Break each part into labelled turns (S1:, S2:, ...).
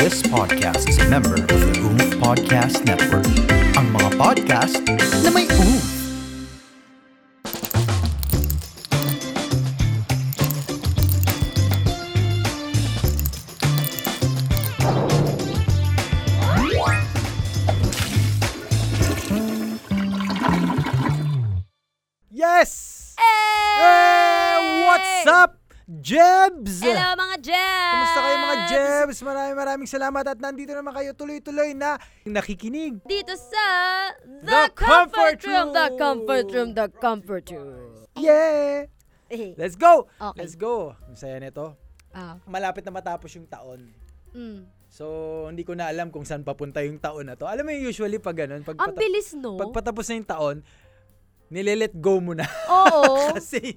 S1: This podcast is a member of the OOF Podcast Network. Ang mga podcast na may oomph.
S2: Yes! Eh, What's up, Jebs?
S3: Hello mga Jebs!
S2: Kumusta kayo mga Jebs? Maraming maraming salamat at nandito naman kayo tuloy-tuloy na nakikinig.
S3: Dito sa
S2: The Comfort Room!
S3: The Comfort Room! The Comfort Room!
S2: Yeah!
S3: Eh,
S2: Let's go!
S3: Okay.
S2: Let's go! Ang saya nito.
S3: ah,
S2: Malapit na matapos yung taon.
S3: mm.
S2: So, hindi ko na alam kung saan papunta yung taon na to. Alam mo yung usually pag ganun, pag,
S3: Ang
S2: pata-
S3: bilis no?
S2: pag patapos na yung taon, nile-let go muna.
S3: Oo.
S2: Kasi,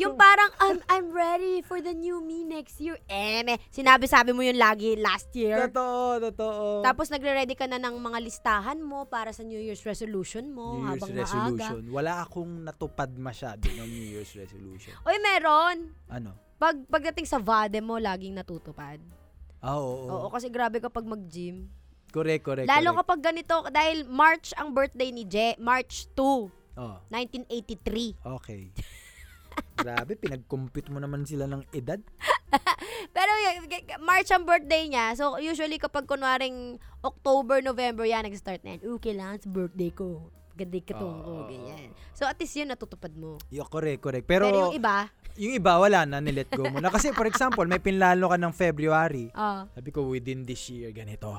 S3: yung parang, I'm, I'm ready for the new me next year. Eh, meh, sinabi-sabi mo yun lagi last year.
S2: totoo, totoo.
S3: Tapos nagre-ready ka na ng mga listahan mo para sa New Year's resolution mo
S2: New Year's
S3: habang
S2: resolution.
S3: maaga.
S2: Wala akong natupad masyado ng New Year's resolution.
S3: Uy, meron!
S2: Ano?
S3: Pag, pagdating sa vade mo, laging natutupad.
S2: Ah, oo. oo.
S3: Oo, kasi grabe kapag mag-gym.
S2: Correct, correct.
S3: Lalo
S2: correct.
S3: kapag ganito, dahil March ang birthday ni Je, March 2,
S2: Oh,
S3: 1983.
S2: okay. Grabe, pinag-compute mo naman sila ng edad.
S3: Pero y- g- g- March ang birthday niya, so usually kapag kunwaring October, November yan, nag-start na yan. Ooh, kailangan sa birthday ko. Ganda yung katong ko,
S2: Oo.
S3: ganyan. So at least yun, natutupad mo.
S2: Yo, correct, correct.
S3: Pero,
S2: Pero,
S3: yung iba,
S2: yung iba, wala na, nilet go mo na. Kasi, for example, may pinlano ka ng February.
S3: ah.
S2: Sabi ko, within this year, ganito.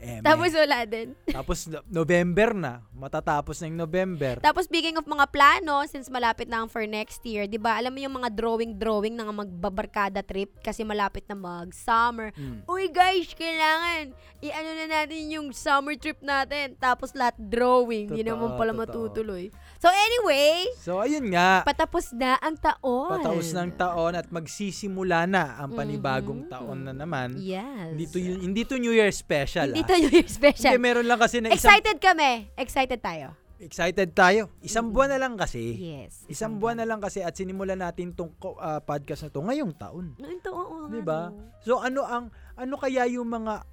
S2: Eh,
S3: Tapos wala din.
S2: tapos no- November na. Matatapos na yung November.
S3: Tapos speaking of mga plano, since malapit na ang for next year, 'di ba? Alam mo yung mga drawing-drawing ng magbabarkada trip kasi malapit na mag-summer.
S2: Mm.
S3: Uy guys, kailangan i-ano na natin yung summer trip natin. Tapos lahat drawing, hindi
S2: Totoo,
S3: naman pala
S2: totoo.
S3: matutuloy. So anyway,
S2: So, ayun nga.
S3: patapos na ang taon.
S2: Pataos ng taon at magsisimula na ang panibagong taon na naman.
S3: Mm-hmm. Yes.
S2: Hindi to, yun- hindi to New Year special.
S3: Hindi
S2: ah.
S3: to yung special.
S2: Hindi, meron lang kasi na isang,
S3: Excited kami. Excited tayo.
S2: excited tayo. Isang buwan na lang kasi.
S3: Yes.
S2: Isang buwan na lang kasi at sinimulan natin tong ko- ah, podcast na to ngayong taon.
S3: Noon to, oo. nga,
S2: 'Di ba?
S3: no?
S2: So ano ang ano kaya yung mga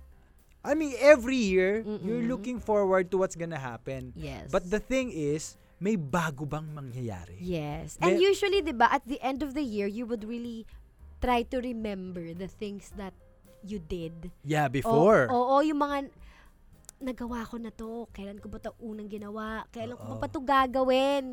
S2: I mean every year
S3: Mm-mm.
S2: you're looking forward to what's gonna happen.
S3: Yes.
S2: But the thing is, may bago bang mangyayari?
S3: Yes.
S2: May-
S3: And usually, 'di ba, at the end of the year, you would really try to remember the things that you did.
S2: Yeah,
S3: O-
S2: before.
S3: Oo, yung mga nagawa ko na to. Kailan ko ba ito unang ginawa? Kailan ko
S2: Oo.
S3: pa ba ito gagawin?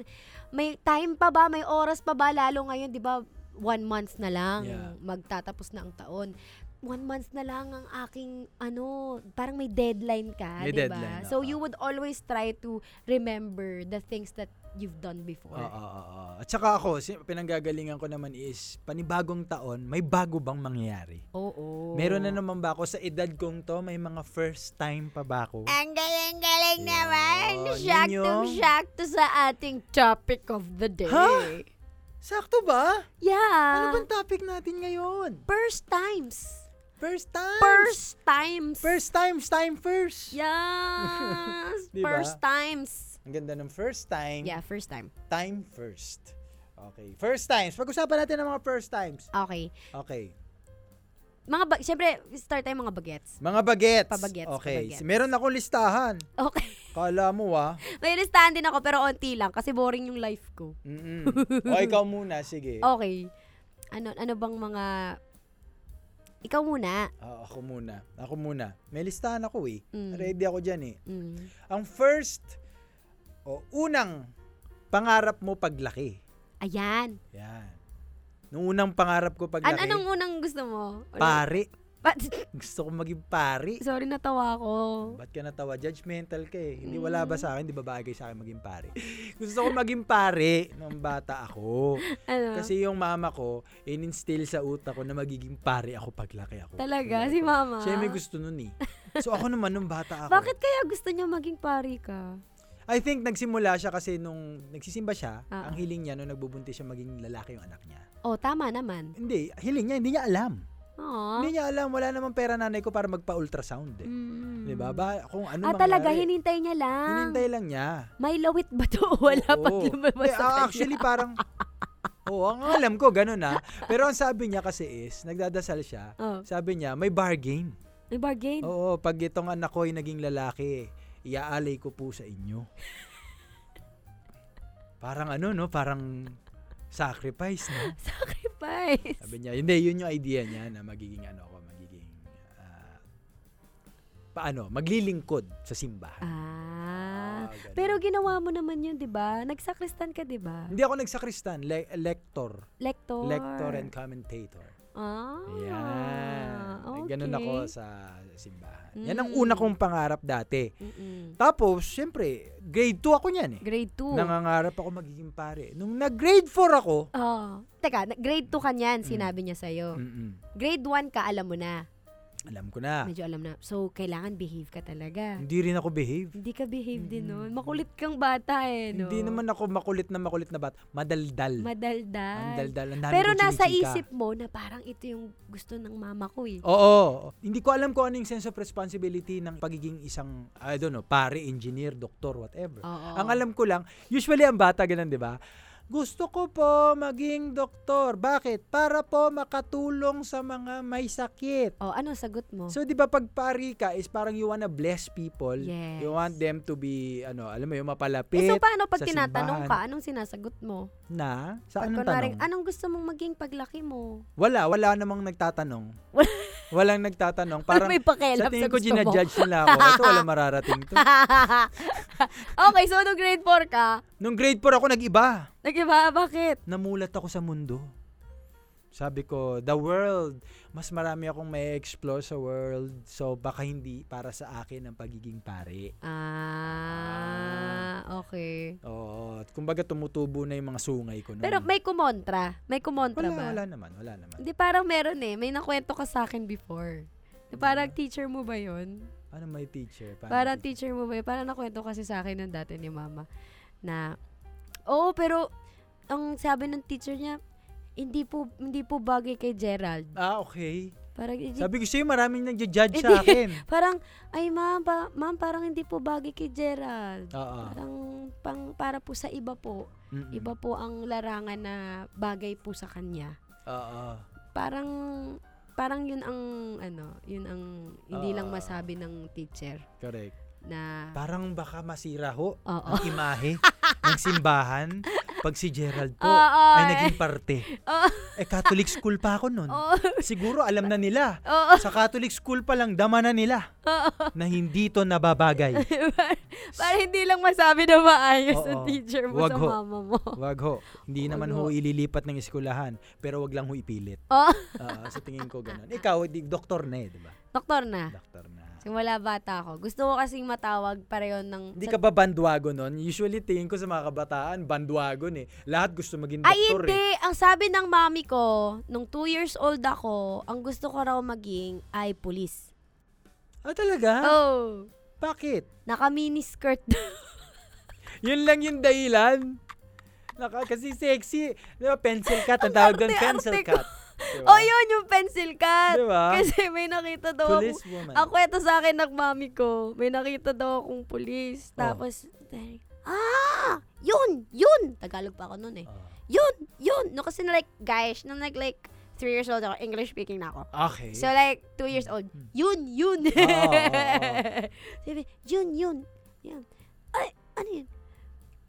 S3: May time pa ba? May oras pa ba? Lalo ngayon, di ba, one month na lang.
S2: Yeah.
S3: Magtatapos na ang taon. One month na lang ang aking, ano, parang may deadline ka,
S2: May
S3: di
S2: deadline,
S3: ba? So,
S2: oo.
S3: you would always try to remember the things that you've done
S2: Oo,
S3: before.
S2: oo, oo. At saka ako, si- pinanggagalingan ko naman is, panibagong taon, may bago bang mangyayari?
S3: Oo.
S2: Meron na naman ba ako sa edad kong to, may mga first time pa ba ako?
S3: Ang galing-galing
S2: Yun,
S3: naman.
S2: yun yung-
S3: Sakto-sakto sa ating topic of the day.
S2: Ha? Sakto ba? ano
S3: Yeah.
S2: bang topic natin ngayon?
S3: First times.
S2: First time!
S3: First times.
S2: First times, time first!
S3: Yes.
S2: Diba?
S3: First times.
S2: Ang ganda ng first time,
S3: Yeah, first time.
S2: time first. Okay, first times. Pag-usapan natin ng mga first times.
S3: Okay.
S2: Okay.
S3: Mga bag, syempre, start tayo mga bagets.
S2: Mga bagets.
S3: Pabagets,
S2: Okay.
S3: pabagets.
S2: Si- Meron akong listahan.
S3: Okay.
S2: Kala mo ah.
S3: May listahan din ako pero onti lang kasi boring yung life ko.
S2: Mm-mm. o ikaw muna, sige.
S3: Okay. Ano ano bang mga Ikaw muna.
S2: Ah, ako muna. Ako muna. May listahan ako eh.
S3: Mm.
S2: Ready ako dyan eh.
S3: Mm.
S2: Ang first o unang pangarap mo paglaki.
S3: Ayan.
S2: Yan. Nung unang pangarap ko
S3: An
S2: paglaki,
S3: anong unang gusto mo? Ano?
S2: pare.
S3: Ba-
S2: Gusto ko maging pare.
S3: Sorry natawa ako.
S2: Ba't ka natawa? Judgmental ka eh. Hindi wala ba sa akin? Di ba bagay sa akin maging pare? Gusto ko maging pare nung bata ako.
S3: Ano?
S2: Kasi yung mama ko, in-instill sa utak ko na magiging pare ako paglaki ako.
S3: Talaga? Si mama?
S2: Siya may gusto nun eh. So ako naman nung bata ako.
S3: Bakit kaya gusto niya maging pari ka?
S2: I think nagsimula siya kasi nung nagsisimba siya,
S3: Ah.
S2: ang hiling niya nung nagbubuntis siya maging lalaki yung anak niya.
S3: Oh, tama naman.
S2: Hindi, hiling niya, hindi niya alam.
S3: Oo.
S2: Hindi niya alam, wala namang pera nanay ko para magpa-ultrasound eh.
S3: Mm.
S2: 'Di ba? Ba kung ano
S3: ah,
S2: mangyari,
S3: talaga, hinintay niya lang.
S2: hinintay lang niya.
S3: May lawit ba to? Ah. Wala
S2: Oo.
S3: pag lumabas
S2: Eh,
S3: sa
S2: ah,
S3: kanya.
S2: Actually, parang, oo, ang ah. alam ko, ganun na. Pero ang sabi niya kasi is, nagdadasal siya,
S3: Oh.
S2: sabi niya, may bar game.
S3: May bargain.
S2: Oo, pag itong anak ko'y naging lalaki, iaalay ko po sa inyo. Parang ano, no? Parang sacrifice, no?
S3: Sacrifice.
S2: Sabi niya, hindi, yun yung idea niya na magiging ano ako, magiging, ah, paano, maglilingkod sa simbahan.
S3: Ah.
S2: Ah, ganun.
S3: Pero ginawa mo naman yun, di ba? Nagsakristan ka, di ba?
S2: hindi ako nagsakristan, le- lector.
S3: Lector.
S2: Lector and commentator.
S3: Ah.
S2: Yan.
S3: Okay.
S2: Ganun ako sa simbahan. Yan ang
S3: Mm.
S2: una kong pangarap dati.
S3: Mm-mm.
S2: Tapos, syempre, grade 2 ako niyan eh.
S3: Grade 2.
S2: Nangangarap ako magiging pare. Nung nag-grade 4 ako,
S3: Oh. Teka, na- grade 2 ka niyan,
S2: Mm.
S3: sinabi niya sa'yo.
S2: mm-mm,
S3: Grade 1 ka, alam mo na.
S2: alam ko na.
S3: Medyo alam na. So, kailangan behave ka
S2: Ah.
S3: talaga.
S2: Hindi rin ako behave.
S3: Hindi ka behave din
S2: Mm-mm.
S3: nun. Makulit kang bata eh, no?
S2: Hindi naman ako makulit na makulit na bat. Madaldal. Ang
S3: Madaldal.
S2: daldal. Ang dami
S3: Pero
S2: kong
S3: nasa
S2: chinichika.
S3: isip mo na parang ito yung gusto ng mama ko eh.
S2: Oo. Hindi ko alam kung ano yung sense of responsibility ng pagiging isang, I don't know, pare, engineer, doktor, whatever.
S3: Oo.
S2: Ang alam ko lang, usually ang bata ganun, di ba? Gusto ko po maging doktor. Bakit? Para po makatulong sa mga may sakit.
S3: Oh, ano sagot mo?
S2: So 'di ba pag pari ka is parang you wanna bless people.
S3: Yes.
S2: You want them to be ano, alam mo yung
S3: Eh,
S2: mapalapit
S3: so paano pag
S2: sa simbahan.
S3: tinatanong ka, anong sinasagot mo?
S2: na sa
S3: Pag
S2: anong
S3: kunwaring,
S2: tanong?
S3: anong gusto mong maging paglaki mo?
S2: wala, wala namang nagtatanong.
S3: Wala.
S2: Walang nagtatanong. Parang
S3: may
S2: sa
S3: pakialam sa,
S2: tingin ko
S3: gusto mo.
S2: ginajudge nila ako. Ito wala mararating to.
S3: okay, so nung grade 4 ka,
S2: Nung grade 4 ako nag-iba.
S3: nagiba, bakit?
S2: Namulat ako sa mundo. Sabi ko, the world. Mas marami akong may explore sa world. So baka hindi para sa akin ang pagiging pare.
S3: Ah, okay.
S2: Oo. at Kumbaga tumutubo na yung mga sungay ko. Nun.
S3: Pero may kumontra. May kumontra
S2: Hmm. Wala,
S3: ba?
S2: wala naman, wala naman.
S3: Hindi, parang meron eh. May nakwento ka sa akin before. Na Parang teacher mo ba yun?
S2: Ano may teacher? Paano
S3: Parang teacher mo ba yun? Parang nakwento kasi sa akin nun dati ni mama na, oo, pero ang sabi ng teacher niya, hindi po hindi po bagay kay Gerald.
S2: Ah, okay.
S3: Parang, hindi-
S2: Sabi ko sa'yo, maraming nagja-judge sa akin.
S3: parang ay ma'am, pa, ma'am, parang hindi po bagay kay Gerald.
S2: Oo.
S3: Parang pang, para po sa iba po.
S2: Mm-mm.
S3: Iba po ang larangan na bagay po sa kanya.
S2: Oo.
S3: Parang parang yun ang ano, yun ang hindi lang
S2: Ah.
S3: masabi ng teacher
S2: Correct.
S3: na
S2: Parang baka masira ho
S3: Oo.
S2: ang imahe ng simbahan pag si Gerald po
S3: Oo,
S2: Ah, oh, ay
S3: eh.
S2: naging parte.
S3: Oo.
S2: Eh, Catholic school pa ako nun.
S3: Oo.
S2: Siguro alam na nila.
S3: Oo.
S2: Sa Catholic school pa lang, dama na nila
S3: Oh.
S2: na hindi to nababagay.
S3: Para hindi lang masabi na maayos
S2: Oo.
S3: ang teacher mo
S2: Wag
S3: sa
S2: ho.
S3: mama mo.
S2: Wag ho. Hindi
S3: Wag
S2: naman ho
S3: ho.
S2: ililipat ng eskulahan, pero wag lang ho ipilit.
S3: Oh,
S2: Oo, sa tingin ko ganun. Ikaw, di, doktor na eh, di ba?
S3: doktor na.
S2: Doktor na.
S3: Simula bata ako. Gusto ko kasing matawag pareho ng...
S2: Hindi
S3: sa-
S2: ka ba bandwago nun? Usually tingin ko sa mga kabataan, bandwagon eh. Lahat gusto maging
S3: Ay,
S2: doktor
S3: hindi.
S2: eh.
S3: Ang sabi ng mami ko, nung 2 years old ako, ang gusto ko raw maging ay police.
S2: Ah, Diba? talaga?
S3: Oh.
S2: Bakit?
S3: Naka mini skirt.
S2: Yun lang yung dahilan. Naka, kasi sexy. Di ba, pencil cut. Ang tawag doon, pencil
S3: arte ko.
S2: cut. Di ba?
S3: oh, yun yung pencil cut.
S2: Diba?
S3: Kasi may nakita daw ako.
S2: Police woman.
S3: Ako ito sa akin ng mami ko. May nakita daw akong police.
S2: Oh.
S3: Tapos, sabi, ah! Yun! Yun! Tagalog pa ako noon eh.
S2: Oh.
S3: Yun! Yun! No, kasi na like, guys, nung like, like, three years old ako, English speaking na ako.
S2: Okay. Hmm. Ah,
S3: So like, two years old, yun, yun.
S2: oo, oo.
S3: Sabi, yun, yun. Yun. Ay, ano yun?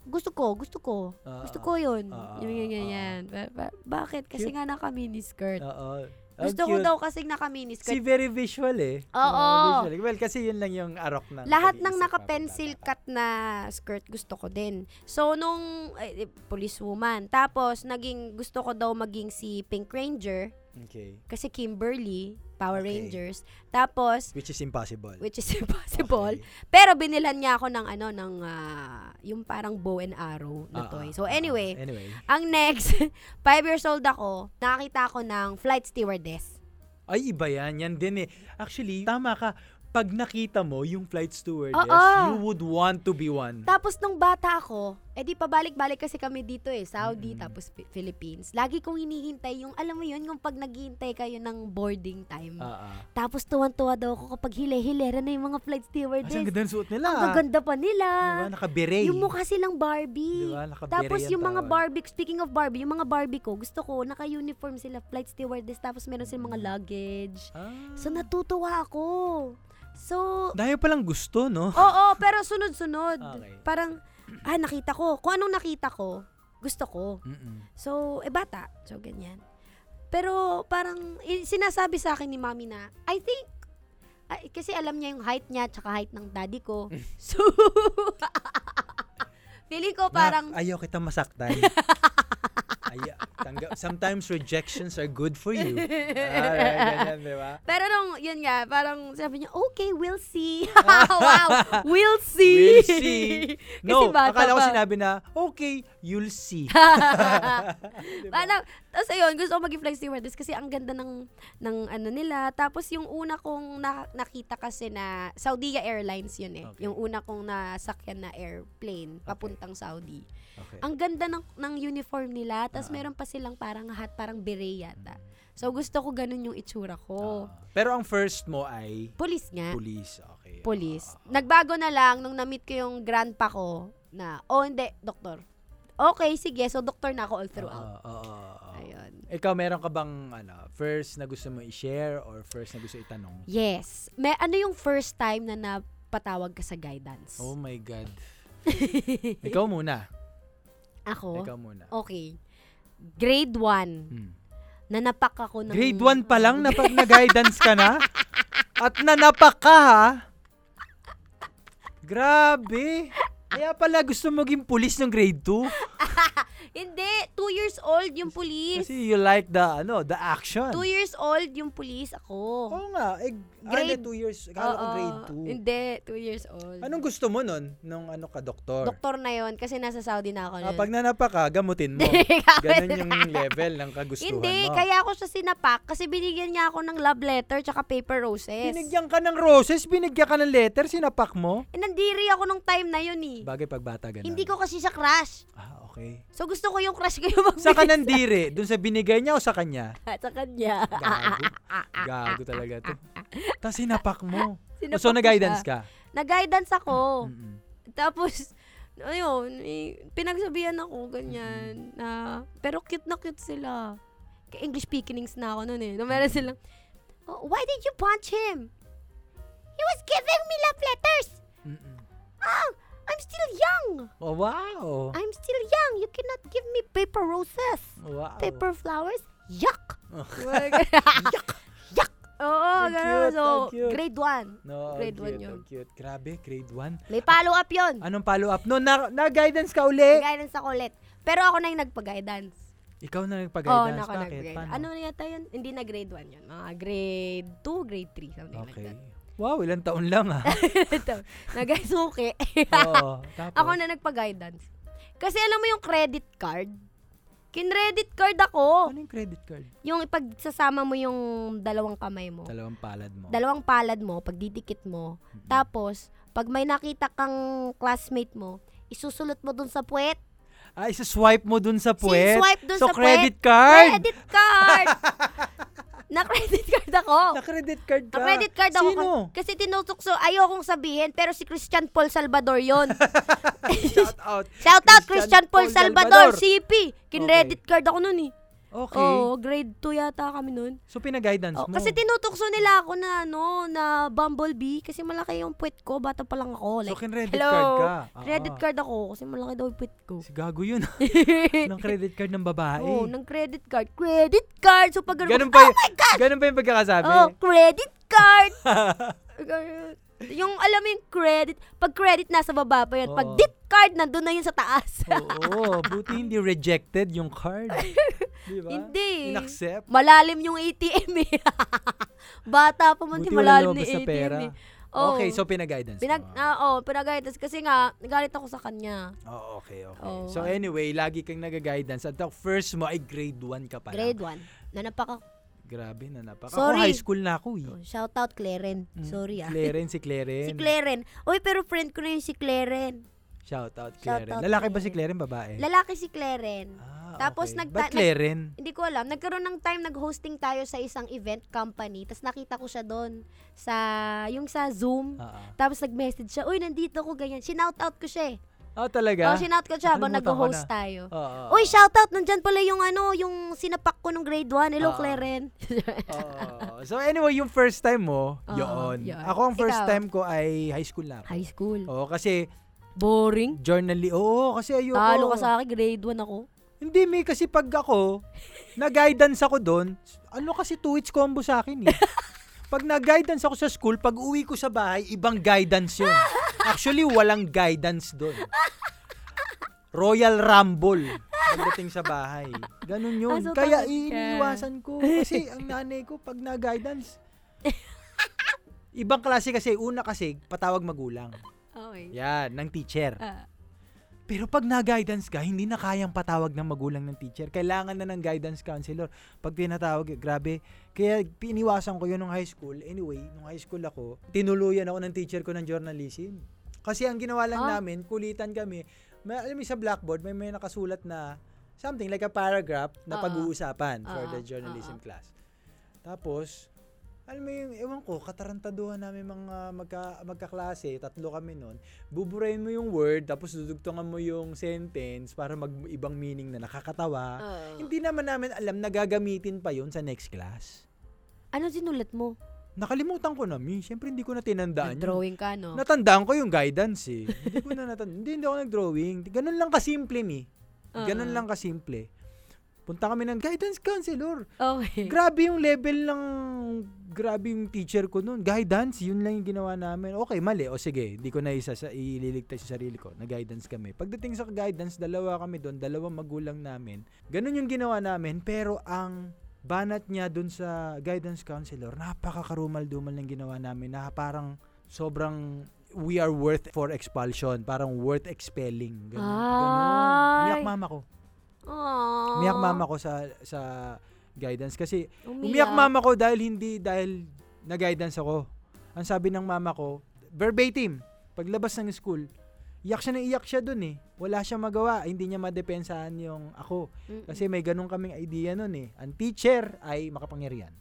S3: Gusto ko, gusto ko.
S2: Oo,
S3: gusto ko yun.
S2: oo,
S3: yung
S2: oo,
S3: ganyan. Ba- ba- bakit?
S2: ah,
S3: Kasi
S2: Cute.
S3: nga naka-mini skirt.
S2: Oo. Ang
S3: gusto ko
S2: cute.
S3: daw kasi naka-mini
S2: Si
S3: skirt.
S2: very visual eh.
S3: Oo.
S2: visual. Well, kasi yun lang yung arok ng
S3: Lahat ng
S2: pag-iisip
S3: naka-pencil
S2: habang bata.
S3: cut na skirt gusto ko din. So, nung eh, eh, policewoman. Tapos, naging gusto ko daw maging si Pink Ranger.
S2: Okay.
S3: Kasi Kimberly, Power
S2: Okay.
S3: Rangers. Tapos,
S2: Which is impossible.
S3: which is impossible.
S2: Okay.
S3: Pero binilhan niya ako ng ano, ng ah, yung parang bow and arrow na
S2: Ah,
S3: toy.
S2: ah,
S3: Ano eh. So
S2: ah,
S3: anyway,
S2: anyway.
S3: ang next, five years old ako, nakakita ako ng flight stewardess.
S2: Ay, iba yan. Yan din eh. Actually, tama ka. pag nakita mo yung flight stewardess,
S3: Oo.
S2: you would want to be one.
S3: Tapos nung bata ako, edi pabalik-balik kasi kami dito eh,
S2: Mm.
S3: Saudi tapos Pi- Philippines. Lagi kong hinihintay yung, alam mo yun, yung pag naghihintay kayo ng boarding time.
S2: Ah, ah.
S3: Tapos tuwan-tuwa daw ako kapag hile-hilera na yung mga
S2: Kasi
S3: flight
S2: ang
S3: stewardess.
S2: ganda ng suot nila.
S3: Ang gaganda pa nila.
S2: Diba? Naka-beret.
S3: Yung mukha silang Barbie.
S2: Diba? Nakabere
S3: Tapos
S2: yung
S3: yung mga
S2: tawag.
S3: Barbie, speaking of Barbie, yung mga Barbie ko, gusto ko, naka-uniform sila, flight stewardess, tapos meron silang mga luggage.
S2: Ah.
S3: So natutuwa ako. So,
S2: Dahil palang gusto, no?
S3: oo, pero sunod-sunod.
S2: Okay.
S3: Parang, ah, nakita ko. Kung anong nakita ko, gusto ko.
S2: Mm-mm.
S3: So, eh bata. So, ganyan. Pero parang i- sinasabi sa akin ni mami na, I think, ay, kasi alam niya yung height niya tsaka height ng daddy ko.
S2: Mm.
S3: So, feeling ko Oh, parang,
S2: Nak, ayaw kita masaktan. Ay, tangga- sometimes rejections are good for you. Alright, ganyan, di ba?
S3: pero nung, yun nga, parang sabi niya, okay, we'll see. wow, we'll
S2: Ah.
S3: see.
S2: We'll see.
S3: Kasi
S2: No,
S3: bata
S2: akala ko
S3: pa.
S2: sinabi na, okay, you'll see. Diba?
S3: Parang, tapos ayun, gusto ko maging flight stewardess kasi ang ganda ng, ng ano nila. Tapos yung una kong na- nakita kasi na, Saudia Airlines yun eh.
S2: Okay.
S3: Yung una kong nasakyan na airplane, papuntang Saudi.
S2: Okay. Ah.
S3: Ang ganda ng, ng uniform nila, tapos meron pa silang parang hat, parang beret yata. So gusto ko ganun yung itsura ko.
S2: Ah. Pero ang first mo ay
S3: Police nga.
S2: police. Okay. ah.
S3: Police. Nagbago na lang nung na-meet ko yung grandpa ko na, oh hindi, doktor. Okay, sige. So, doktor na ako all throughout.
S2: Ah, ah, ah, ah.
S3: Ayun.
S2: Ikaw, meron ka bang ano, first na gusto mo i-share or first na gusto itanong?
S3: Yes. May ano yung first time na napatawag ka sa guidance?
S2: Oh my God. Ikaw muna.
S3: Ako?
S2: Ikaw muna.
S3: Okay. Grade 1.
S2: Hmm.
S3: Nanapak ako ng...
S2: Grade 1 pa lang na pag na-guidance ka na at nanapak ka ha. Grabe. Kaya pala gusto mo maging pulis ng grade 2
S3: Hindi! 2 years old yung police.
S2: kasi you like the ano, the action.
S3: 2 years old yung police ako.
S2: Oo nga, eh,
S3: Grade-
S2: grade 2 years, akala ko
S3: Oo.
S2: grade 2.
S3: Hindi, 2 years old.
S2: Anong gusto mo nun nung ano ka doktor?
S3: Doktor na yon kasi nasa Saudi na ako
S2: Ah,
S3: nun.
S2: pag nanapak ka, gamutin mo. Ganun yung level ng kagustuhan
S3: Hindi,
S2: mo.
S3: kaya ako siya sinapak kasi binigyan niya ako ng love letter tsaka paper roses.
S2: Binigyan ka ng roses, binigyan ka ng letter, sinapak mo.
S3: Eh, nandiri ako nung time na yun eh.
S2: Bagay pagbata ganun.
S3: Hindi ko kasi siya crush.
S2: Ah, okay.
S3: So gusto ko yung crush ko yung magbigay
S2: Sa kanandiri, dun sa binigay niya o sa kanya?
S3: sa kanya.
S2: Gago.
S3: ah,
S2: Gago talaga to. Tapos sinapak mo.
S3: Sinapak
S2: so,
S3: ko
S2: nag-guidance
S3: siya.
S2: ka?
S3: Nag-guidance ako.
S2: Mm-mm.
S3: Tapos, ayun, eh, pinagsabihan ako, ganyan. Na, pero cute na cute sila. Ka- English speakings na ako noon eh. Nung meron silang, "Oh, why did you punch him? He was giving me love letters.
S2: Mm-mm.
S3: Ah, I'm still young.
S2: Oh, wow.
S3: I'm still young. You cannot give me paper roses.
S2: Oh, Wow.
S3: Paper flowers. Yuck.
S2: Oh.
S3: Yuck. Yuck. Oo,
S2: Ang
S3: ganun.
S2: cute,
S3: So,
S2: ang cute.
S3: grade 1.
S2: No,
S3: Grade
S2: grade 1
S3: one yun.
S2: yun. Cute. Grabe, grade 1.
S3: May follow-up yun.
S2: Anong follow-up? No, na- na-guidance ka uli.
S3: Guidance ako ulit. Pero ako na yung nagpa-guidance.
S2: Ikaw na
S3: Oo,
S2: nagpa-guidance.
S3: nako,
S2: Bakit?
S3: nag-grade.
S2: Paano?
S3: Ano na yata yun? Hindi na grade 1 yun. Mga grade 2, grade 3, something
S2: Okay.
S3: like that.
S2: Wow, ilang taon lang ah.
S3: Ito, Nag-suki.
S2: Oo. Tapos,
S3: ako na nagpa-guidance. Kasi alam mo yung credit card? Kin-credit card ako.
S2: Ano yung credit card?
S3: Yung ipagsasama mo yung dalawang kamay mo.
S2: Dalawang palad mo.
S3: Dalawang palad mo, pagdidikit mo. Tapos, pag may nakita kang classmate mo, isusulot mo dun sa puwet.
S2: ah, isa-swipe mo dun sa puwet.
S3: Sinswipe dun
S2: so,
S3: sa
S2: credit
S3: puwet.
S2: card.
S3: Credit card! Na-credit card ako.
S2: Na-credit card ka.
S3: Oh. Na-credit card ako.
S2: Sino?
S3: Kasi tinutok so, ayokong sabihin, pero si Christian Paul Salvador yon.
S2: Shout out.
S3: Shout out Christian Paul Salvador, CP. Kin-credit card ako nun eh.
S2: Okay.
S3: Oo, grade 2 yata kami nun.
S2: So, pinag-guidance
S3: Oh,
S2: mo.
S3: kasi tinutukso nila ako na ano, na bumblebee kasi malaki yung puwet ko, bata pa lang ako.
S2: So,
S3: Like,
S2: kin-credit
S3: hello,
S2: card ka. Ah,
S3: credit
S2: ah.
S3: card ako kasi malaki daw yung puwet ko.
S2: Si Gago yun. ng credit card ng babae.
S3: Oo, ng credit card. Credit card! So pag
S2: ganun pa, y-
S3: oh my God!
S2: ganun pa yung pagkakasabi.
S3: Oh, credit card! Ganun. yung alam mo yung credit, pag credit nasa baba pa yun, pag
S2: Oo.
S3: dit card nandun na yun sa taas.
S2: Oh, Oo, buti hindi rejected yung card. Di ba?
S3: Hindi.
S2: Inaccept.
S3: malalim yung ATM eh. Bata pa man
S2: Buti
S3: di
S2: wala
S3: malalim
S2: lumabas
S3: ni
S2: na
S3: ATM
S2: pera.
S3: eh. Oo.
S2: Okay, so pinag-guidance
S3: Pinag,
S2: mo.
S3: ah, oh, pinagaitas. Kasi nga, galit ako sa kanya.
S2: Oh, okay, okay.
S3: Oo.
S2: So anyway, lagi kang nag-guidance. At ang first mo ay grade 1 ka pa
S3: Grade
S2: lang.
S3: 1. Nanapak ako.
S2: Grabe na napak.
S3: Sorry.
S2: Ako high school na ako eh.
S3: Oh, shout out Claren.
S2: Mm.
S3: Sorry ah.
S2: Claren, si Claren.
S3: si Claren. Uy, pero friend ko na yun si Claren.
S2: Shout out
S3: Shout
S2: Claren.
S3: out,
S2: Lalaki ba si
S3: Claren.
S2: Claren babae?
S3: Lalaki si Claren.
S2: Eh. Ah,
S3: Tapos
S2: okay.
S3: nagta-
S2: Ba't Claren?
S3: Hindi ko alam. Nagkaroon ng time, nag-hosting tayo sa isang event company. Tapos nakita ko siya doon sa, yung sa Zoom.
S2: Ah, ah.
S3: Tapos nag-message siya, uy, nandito ko, ganyan. Shinout out ko siya eh.
S2: Oh, talaga?
S3: Oh, shinout ko siya habang
S2: Nakalimutan ko
S3: nag-host
S2: na.
S3: tayo.
S2: Oo, oo,
S3: Uy, shout out, nandyan pala yung ano, yung sinapak ko nung grade 1. Hello,
S2: Ah.
S3: Claren.
S2: oo. So anyway, yung first time mo,
S3: Oo,
S2: yun.
S3: yun.
S2: Ako ang first
S3: Ikaw?
S2: time ko ay high school na ako.
S3: High school.
S2: Oo, kasi
S3: Boring.
S2: journally, oo, kasi ayoko.
S3: Talo ka sa akin, grade 1 ako.
S2: Hindi, may kasi pag ako, na-guidance ako doon, ano kasi two hits combo sa akin eh. Pag na-guidance ako sa school, pag uwi ko sa bahay, ibang guidance yun. Actually, walang guidance doon. Royal Rumble pagdating sa bahay. Ganun yun.
S3: Ah, so
S2: Kaya
S3: tamad ka.
S2: iniiwasan ko. Kasi ang nanay ko, pag na-guidance, ibang klase kasi, una kasi, patawag magulang.
S3: Okay.
S2: Yan, ng teacher.
S3: Ah.
S2: Pero pag na-guidance ka, hindi na kayang patawag ng magulang ng teacher. Kailangan na ng guidance counselor. Pag tinatawag, grabe. Kaya piniwasan ko yun nung high school. Anyway, nung high school ako, tinuluyan ako ng teacher ko ng journalism. Kasi ang ginawa lang
S3: Ah.
S2: namin, kulitan kami. May, alam mo sa blackboard, may may nakasulat na something like a paragraph na
S3: Oo.
S2: pag-uusapan for
S3: Oo,
S2: the
S3: Ah.
S2: journalism class. Tapos, alam mo yung, ewan ko, katarantaduhan namin mga magka, magkaklase, tatlo kami nun, buburayin mo yung word, tapos dudugtungan mo yung sentence para mag-ibang meaning na
S3: Ah.
S2: nakakatawa. Hindi naman namin alam na gagamitin pa yun sa next class.
S3: ano sinulat mo?
S2: Nakalimutan ko na, mi. Siyempre, hindi ko na tinandaan yun.
S3: Nag-drawing ka, no?
S2: Natandaan ko yung guidance eh. hindi ko na natandaan. Hindi, hindi ako nag-drawing. Ganun lang kasimple, mi. Ganun
S3: Oo.
S2: lang kasimple. Punta kami ng guidance counselor.
S3: Okay.
S2: Grabe yung level ng grabe yung teacher ko noon. Guidance, yun lang yung ginawa namin. Okay, mali. O sige, hindi ko na isa sa ililigtas yung sarili ko. Nag-guidance kami. Pagdating sa guidance, dalawa kami doon, dalawang magulang namin. Ganun yung ginawa namin, pero ang banat niya doon sa guidance counselor, napakakarumal-dumal ng ginawa namin na parang sobrang we are worth for expulsion. Parang worth expelling. Ganun. ganun.
S3: Ay.
S2: Miyak mama ko.
S3: Aww.
S2: Miyak mama ko sa sa guidance kasi Umiyak mama ko dahil hindi, dahil na-guidance ako. Ang sabi ng mama ko, verbatim, paglabas ng school, iyak siya na iyak siya dun eh. Wala siya magawa, hindi niya madepensahan yung ako.
S3: Mm.
S2: Kasi may ganun kaming idea nun eh. Ang teacher ay makapangyarihan.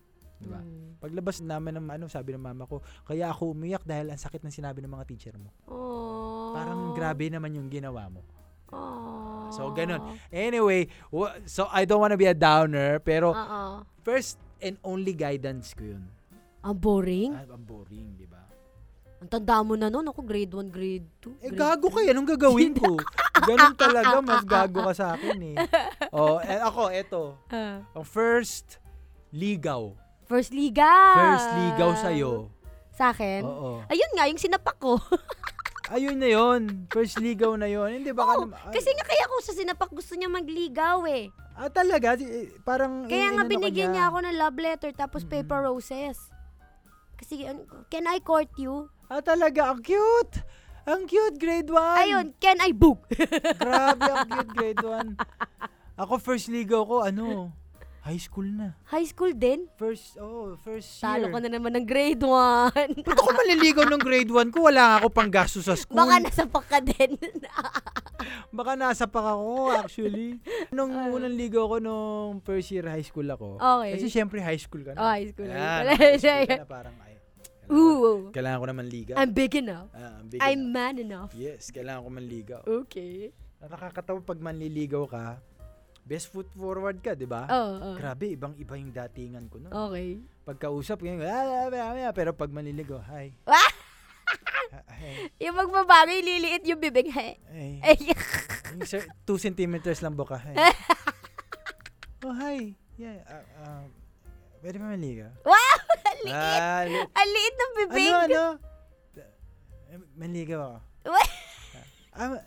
S2: Diba? Paglabas namin ng ano, sabi ng mama ko, kaya ako umiyak dahil ang sakit ng sinabi ng mga teacher mo. Parang
S3: Oh.
S2: grabe naman yung ginawa mo. So, ganun. Anyway, wa- so I don't wanna be a downer, pero
S3: Oo.
S2: first and only guidance ko yun.
S3: Ang boring.
S2: Ah, ang boring, di ba?
S3: Ang tanda mo na noon. Ako grade 1, grade 2.
S2: Eh, gago ka yan. Anong gagawin ko? Ganun talaga. Mas gago ka sa akin eh. Oh, eh, ako, eto. Ang first ligaw.
S3: first liga.
S2: First
S3: Ah.
S2: ligaw sa'yo.
S3: Sa akin?
S2: Oo.
S3: Ayun nga, yung sinapak ko.
S2: Ayun na yun. First ligaw na yun. Hindi, baka
S3: Oo,
S2: naman. ay-
S3: Oh, Kasi nga kaya ko sa sinapak gusto niya magligaw eh.
S2: ah, talaga? Si- eh, Parang...
S3: Kaya
S2: in-
S3: nga
S2: inano ka
S3: binigyan niya ako ng love letter tapos paper roses. Kasi, an- can I court you?
S2: Ah, talaga? Ang cute! Ang cute, grade 1!
S3: Ayun, can I book?
S2: Grabe, ang cute, grade 1. Ako, first ligaw ko, ano, high school na.
S3: High school din?
S2: First, oh, first year.
S3: Talo ko na naman ng grade 1.
S2: Ba't ako maliligaw ng grade 1 ko? Wala nga ako pang gasto sa school.
S3: Baka nasapak ka din.
S2: Baka nasa pa ako, actually. Nung unang ligaw ko nung first year high school ako.
S3: Ah. Okay.
S2: Kasi syempre high school ka
S3: oh,
S2: na.
S3: high school.
S2: Ayan,
S3: Wala
S2: high
S3: siya.
S2: school ka na parang, ay, kailangan,
S3: Ooh,
S2: kailangan ko naman ligaw.
S3: I'm big enough.
S2: Ah, ang big
S3: I'm
S2: enough.
S3: man enough.
S2: Yes, kailangan ko manligaw.
S3: Okay.
S2: Nakakatawa pag manliligaw ka, best foot forward ka, di ba?
S3: Oo. oo.
S2: Ah, Grabe, ibang iba yung datingan ko no.
S3: Oh, Okay.
S2: Pagkausap, ganyan, ah, ah, ah, ah, pero pag manliligaw, hi.
S3: Ah!
S2: Ah, hi.
S3: Yung magbabagay, liliit yung bibig. Hey.
S2: Hey.
S3: Ay,
S2: Yung sir, two centimeters lang buka. Hey. oh, hi. Yeah, uh, uh, pwede ba maliga?
S3: wow! Ang liit.
S2: Ah, li-
S3: Ang liit ng bibig.
S2: ano, ano? Eh, Manligaw ako.
S3: What?
S2: Ah, ma-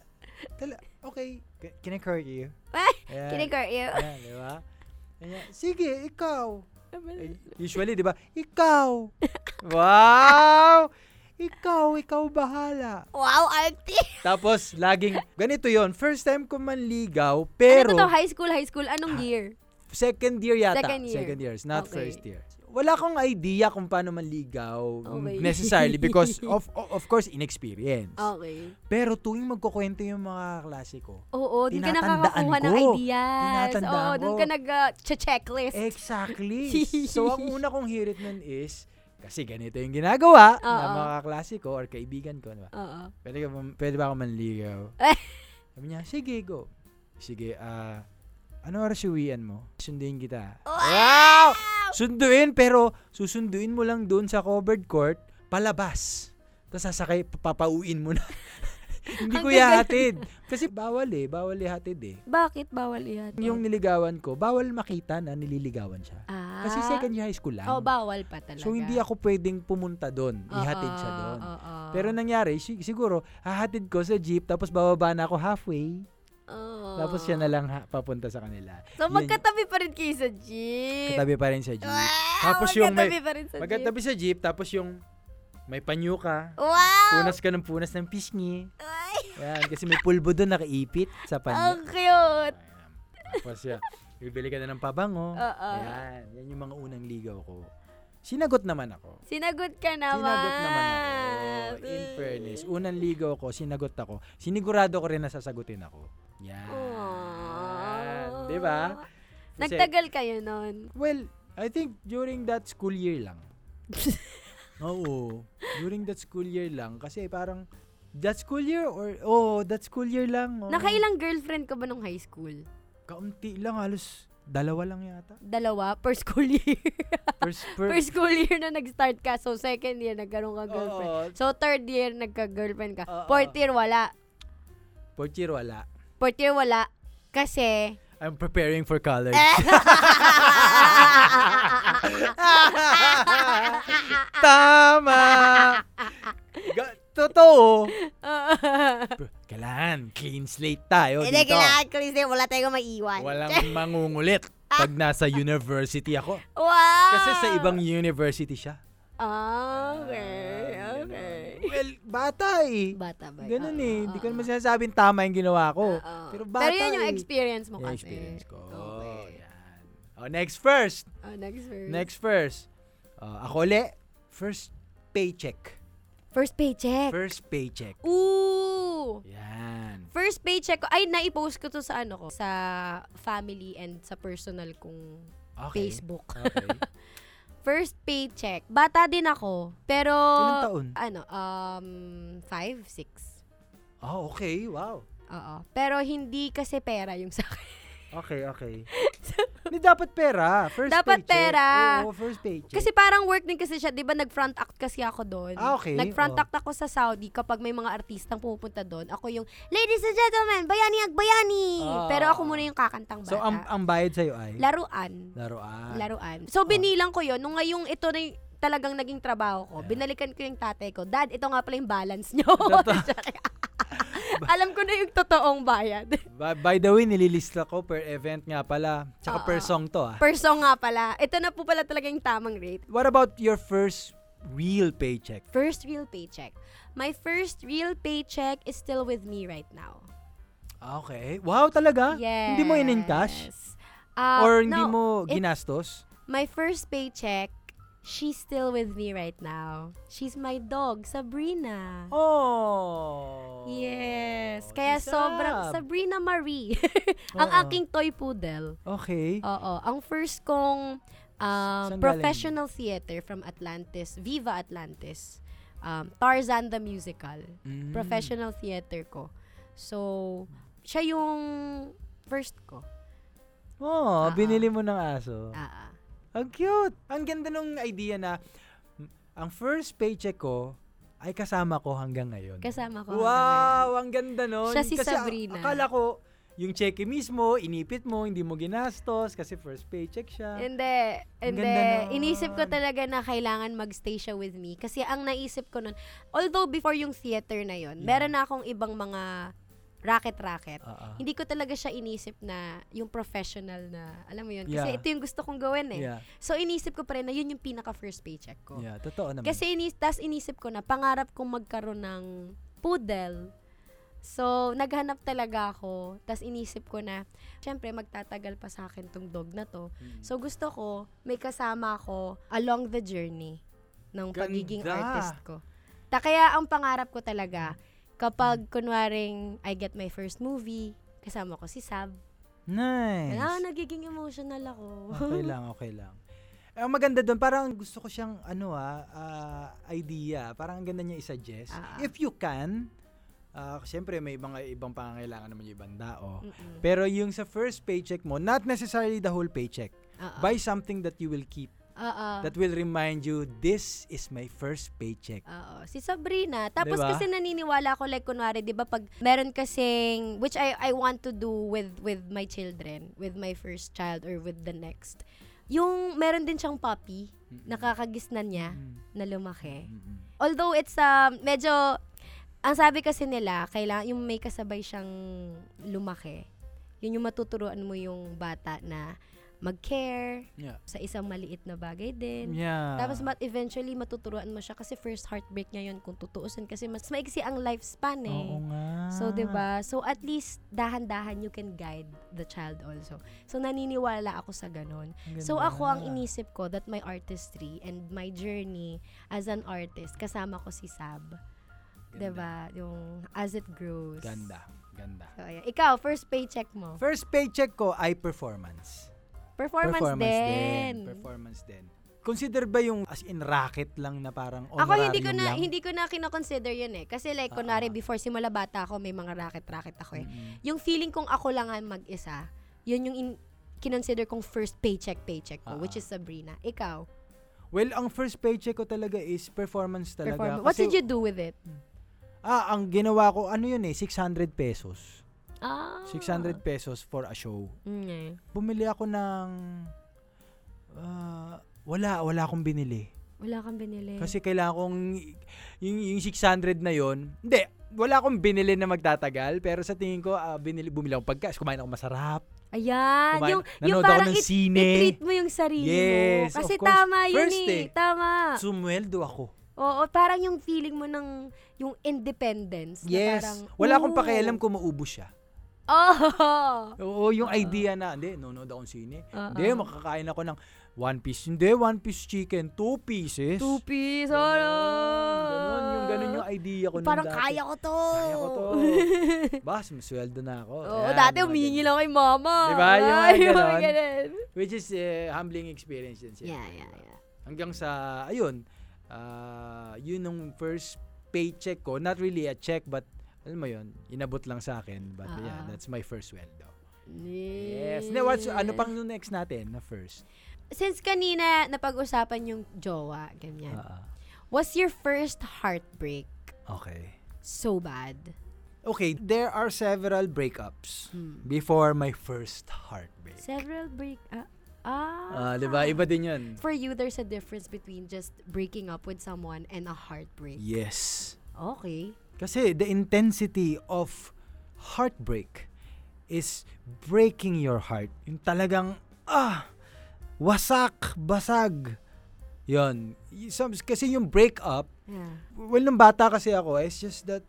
S2: tala- okay. Can, can I court you?
S3: Ah,
S2: Ayan.
S3: Kinigurt you.
S2: Ayan, di ba? Ayan. Sige, ikaw. Eh, Usually, di ba? Ikaw. wow! Ikaw, ikaw bahala.
S3: Wow, auntie.
S2: Tapos, laging, ganito yon First time ko manligaw, pero... Ah.
S3: Pero, ano to, high school, high school, anong year?
S2: Second year yata.
S3: Second year.
S2: Second year. It's not
S3: Okay.
S2: first year. Wala akong idea kung paano manligaw
S3: Okay. Oh.
S2: necessarily because of of course inexperience.
S3: Okay.
S2: Pero tuwing magkukwento yung mga klase ko,
S3: Oo, doon ka
S2: Tinatandaan
S3: nakakakuha ng
S2: ko.
S3: ideas.
S2: Tinatandaan
S3: Oo, doon
S2: ko. Eh.
S3: ka nag-checklist.
S2: Exactly. so, ang una kong hirit nun is, kasi ganito yung ginagawa ng
S3: Oo.
S2: mga kaklase ko or kaibigan ko. Diba?
S3: Oo.
S2: Pwede, ka ba, pwede ba ako manligaw?
S3: Eh.
S2: Sabi niya, sige, go. Sige, ah, ano oras uwian mo? Sunduin kita. Wow! Sunduin, pero susunduin mo lang dun sa covered court, palabas. Tapos sasakay, papauin mo na. Hindi ko
S3: Ang ganda.
S2: ihatid. Kasi bawal eh, bawal ihatid eh.
S3: Bakit bawal yan?
S2: Yung nililigawan ko, bawal makita na nililigawan siya.
S3: ah,
S2: Kasi second year high school lang.
S3: Oh, bawal pa talaga.
S2: so hindi ako pwedeng pumunta doon. Ihatid siya doon. Pero nangyari, si- siguro, hahatid ko sa jeep, tapos bababa na ako halfway. Tapos siya na lang ha- papunta sa kanila.
S3: So
S2: Yun.
S3: magkatabi pa rin kayo sa jeep.
S2: Katabi pa rin sa jeep.
S3: Wow,
S2: Tapos yung may-
S3: magkatabi pa rin Eh, sa jeep.
S2: Magkatabi sa jeep, tapos yung may panyo ka.
S3: Wow!
S2: Punas ka ng punas ng pisngi.
S3: Ay,
S2: Yan, kasi may pulbo doon nakaipit sa panyo.
S3: ang cute!
S2: Ayan. Tapos yan, bibili ka na ng pabango.
S3: Oo.
S2: Yan, yan yung mga unang ligaw ko. Sinagot naman ako.
S3: Sinagot ka naman.
S2: Sinagot naman ako. In fairness, unang ligaw ko, sinagot ako. Sinigurado ko rin na sasagutin ako. Yan.
S3: Oh, Aww.
S2: Di ba? Kasi-
S3: Nagtagal kayo nun.
S2: Well, I think during that school year lang. Oo. During that school year lang. Kasi parang, that school year or, oh, that school year lang. Oh. oo.
S3: Nakailang girlfriend ka ba nung high school?
S2: Kaunti lang, halos dalawa lang yata.
S3: Dalawa? Per school year?
S2: First, per-
S3: per school year na nag-start ka. So, second year, nagkaroon ka girlfriend.
S2: Oo.
S3: So, third year, nagka-girlfriend ka.
S2: Oo.
S3: Fourth year, wala.
S2: Fourth year, wala.
S3: Fourth year, wala. Kasi...
S2: I'm preparing for college. Tama! Ga- totoo. Bro, Kailangan clean slate tayo
S3: Hindi,
S2: dito.
S3: kailangan ko rin sa'yo. Wala tayong maiwan.
S2: Walang mangungulit
S3: Ah.
S2: pag nasa university ako.
S3: Wow!
S2: Kasi sa ibang university siya.
S3: Ah. Okay, okay.
S2: Well, bata eh.
S3: Bata ba?
S2: Ganun
S3: Oo,
S2: eh.
S3: oo,
S2: Hindi ko
S3: oo.
S2: naman sinasabing tama yung ginawa ko.
S3: Oo.
S2: Pero
S3: Ah, Pero,
S2: bata
S3: yun yung
S2: eh.
S3: experience mo
S2: Yung
S3: kasi. eh.
S2: experience ko. Oh,
S3: Okay.
S2: yan. Oh, next first.
S3: Oh, next first.
S2: Next first. Uh, ako uli. First paycheck.
S3: First paycheck.
S2: First paycheck.
S3: Ooh!
S2: Yan.
S3: First paycheck ko, ay, naipost ko to sa ano ko, sa family and sa personal kong
S2: Okay. Ah.
S3: Facebook.
S2: Okay.
S3: First paycheck. Bata din ako, pero,
S2: Ilang taon?
S3: ano, um, five, six.
S2: Oh, okay. Wow.
S3: Oo. Pero hindi kasi pera yung sa akin.
S2: Okay, okay. Hindi, dapat pera. First paycheck.
S3: Dapat pera.
S2: Oo, first paycheck.
S3: Kasi parang work din kasi siya, 'di ba? Nag-front act kasi ako doon.
S2: Ah, okay. Oo.
S3: Nag-front act ako sa Saudi kapag may mga artistang pumupunta doon. Ako yung Ladies and gentlemen, bayani at bayani.
S2: Ah.
S3: Pero ako muna yung kakantang bata.
S2: so, ang, ang bayad sa'yo ay?
S3: laruan.
S2: Laruan. Ah.
S3: Laruan. So binilang ko 'yon nung ngayong ito na y- talagang naging trabaho ko. Binalikan ko yung tatay ko. Dad, ito nga pala yung balance nyo. Alam ko na yung totoong bayad.
S2: By, by the way, nililista ko per event nga pala. Tsaka per
S3: Oo.
S2: song to ah.
S3: Perso nga pala. Ito na po pala talaga yung tamang rate.
S2: What about your first real paycheck?
S3: First real paycheck. My first real paycheck is still with me right now.
S2: Ah, Okay. Wow, talaga?
S3: Yes.
S2: Ah, Hindi mo in-encash?
S3: Ah,
S2: Or hindi
S3: no,
S2: mo
S3: it-
S2: ginastos?
S3: My first paycheck, she's still with me right now. She's my dog, Sabrina.
S2: Oh!
S3: Yes. Kaya
S2: Sisab.
S3: sobrang Sabrina Marie. ang
S2: Oo.
S3: aking toy poodle.
S2: Okay.
S3: Oo. Ang first kong um,
S2: Saan galing?
S3: professional theater from Atlantis, Viva Atlantis. Um, Tarzan the Musical.
S2: Mm.
S3: Professional theater ko. So, siya yung first ko.
S2: Oh,
S3: Ah,
S2: binili mo ng aso.
S3: Ah, ah.
S2: Ang cute. Ang ganda nung idea na mm, ang first paycheck ko ay kasama ko hanggang ngayon.
S3: Kasama ko. hanggang
S2: wow, ang ganda nun.
S3: Siya si
S2: Kasi a-
S3: Sabrina.
S2: akala ko, yung cheque mismo, inipit mo, hindi mo ginastos kasi first paycheck
S3: ngayon.
S2: siya.
S3: Hindi. Hindi.
S2: ganda nun.
S3: Inisip ko talaga na kailangan magstay siya with me. Kasi ang naisip ko nun, although before yung theater na yon,
S2: Yeah.
S3: meron na akong ibang mga racket-racket.
S2: Ah, ah.
S3: Hindi ko talaga siya inisip na yung professional na, alam mo yun, kasi
S2: Yeah.
S3: ito yung gusto kong gawin eh.
S2: Yeah,
S3: So inisip ko pa rin na yun yung pinaka first paycheck ko.
S2: yeah, totoo naman.
S3: Kasi inis, tas inisip ko na pangarap kong magkaroon ng poodle. So, naghanap talaga ako. Tapos inisip ko na, syempre magtatagal pa sa akin tong dog na to.
S2: Hmm.
S3: So, gusto ko, may kasama ko along the journey ng
S2: Ganda.
S3: pagiging artist ko. Ta kaya ang pangarap ko talaga, kapag kunwaring I get my first movie, kasama ko si Sab.
S2: Nice.
S3: Ah, nagiging emotional ako.
S2: Okay lang, okay lang. Eh, Ang maganda doon, parang gusto ko siyang ano ah, ah, idea. Parang ang ganda niya i-suggest.
S3: Ah, ah.
S2: If you can, ah, siyempre may ibang ibang pangangailangan naman yung ibang tao.
S3: Mm-mm.
S2: Pero yung sa first paycheck mo, not necessarily the whole paycheck.
S3: Ah, ah.
S2: Buy something that you will keep.
S3: Oo.
S2: That will remind you, this is my first paycheck.
S3: Oo, si Sabrina. Tapos
S2: Diba?
S3: kasi naniniwala ako like kunwari, 'di ba, pag meron kasing which I I want to do with with my children, with my first child or with the next. Yung meron din siyang puppy, nakakagisnan niya
S2: Mm.
S3: na lumaki.
S2: Mm-mm.
S3: Although it's um medyo ang sabi kasi nila, kailangan yung may kasabay siyang lumaki. Yun yung matuturuan mo yung bata na mag-care
S2: Yeah.
S3: sa isang maliit na bagay din.
S2: Yeah.
S3: Tapos mat eventually matuturuan mo siya kasi first heartbreak niya yun kung tutuusin kasi mas maiksi ang lifespan eh.
S2: Oo nga.
S3: So 'di ba? So at least dahan-dahan you can guide the child also. So naniniwala ako sa ganun.
S2: Ang
S3: So
S2: ganda.
S3: ako ang inisip ko that my artistry and my journey as an artist kasama ko si Sab. 'Di ba? Yung as it grows.
S2: Ganda, ganda.
S3: So, ayan. Ikaw, first paycheck mo.
S2: First paycheck ko ay performance.
S3: Performance, din.
S2: Performance din. Consider ba yung as in racket lang na parang
S3: Ako hindi
S2: honorarium
S3: ko na
S2: lang?
S3: hindi ko na kino-consider 'yun eh. Kasi like
S2: Ah, ah.
S3: kunwari before simula bata ako may mga racket-racket ako eh.
S2: Mm-mm.
S3: Yung feeling kong ako lang ang mag-isa, 'yun yung in- kinonsider kong first paycheck paycheck ko
S2: Ah,
S3: which
S2: ah.
S3: is Sabrina. Ikaw,
S2: Well, ang first paycheck ko talaga is performance talaga.
S3: performance. What
S2: Kasi-
S3: did you do with it?
S2: Ah, ang ginawa ko ano yun eh, 600 pesos.
S3: Ah.
S2: 600 pesos for a show.
S3: Mm.
S2: Bumili ako ng ah, wala, wala akong binili.
S3: Wala kang binili.
S2: Kasi kailangan kong, yung, yung 600 na yon hindi, wala akong binili na magtatagal, pero sa tingin ko, ah, binili, bumili ako pagkas, kumain ako masarap,
S3: Ayan,
S2: kumain,
S3: yung yung
S2: nanood ako
S3: parang
S2: ng
S3: it,
S2: sine,
S3: treat mo yung sarili
S2: Yes,
S3: mo. Kasi
S2: of course.
S3: tama yun
S2: First
S3: eh.
S2: eh.
S3: Tama.
S2: sumweldo ako.
S3: Oo, parang yung feeling mo ng yung independence. na
S2: Yes.
S3: parang,
S2: wala akong
S3: "Ooh."
S2: pakialam kung maubos siya.
S3: Oh!
S2: Oo, yung idea na, hindi, nanonood akong sine.
S3: Oo.
S2: Hindi, makakain ako ng one piece. Hindi, one piece chicken, two pieces.
S3: Two piece,
S2: Ganun,
S3: ano?
S2: Ganun, yung ganun yung idea ko nun
S3: Parang
S2: dati.
S3: kaya ko to.
S2: Kaya ko to. Bas, masweldo na ako.
S3: Oo,
S2: Ayan,
S3: dati
S2: mga
S3: humingi
S2: ganun.
S3: lang kay mama.
S2: Diba? Yung mga
S3: Ay, mga
S2: ganun.
S3: ganun.
S2: Which is eh, humbling experience din siya.
S3: Yeah, yeah, yeah.
S2: Hanggang sa, ayun, ah, yun ang first paycheck ko. Not really a check, but alam mo yun, inabot lang sa akin. But yeah,
S3: Ah.
S2: that's my first sweldo. Yes. Now, what's,
S3: what's
S2: ano pang yung next natin na first?
S3: Since kanina, napag-usapan yung jowa, ganyan.
S2: Ah,
S3: Was your first heartbreak
S2: okay.
S3: so bad?
S2: Okay, there are several breakups
S3: Hmm.
S2: before my first heartbreak.
S3: Several break... Ah, ah.
S2: Ah, di ba? Iba din yun.
S3: For you, there's a difference between just breaking up with someone and a heartbreak.
S2: Yes.
S3: Okay.
S2: Kasi the intensity of heartbreak is breaking your heart. Yung talagang, ah, wasak, basag. Yun. Y- some- Kasi yung breakup,
S3: Yeah.
S2: well, nung bata kasi ako, it's just that,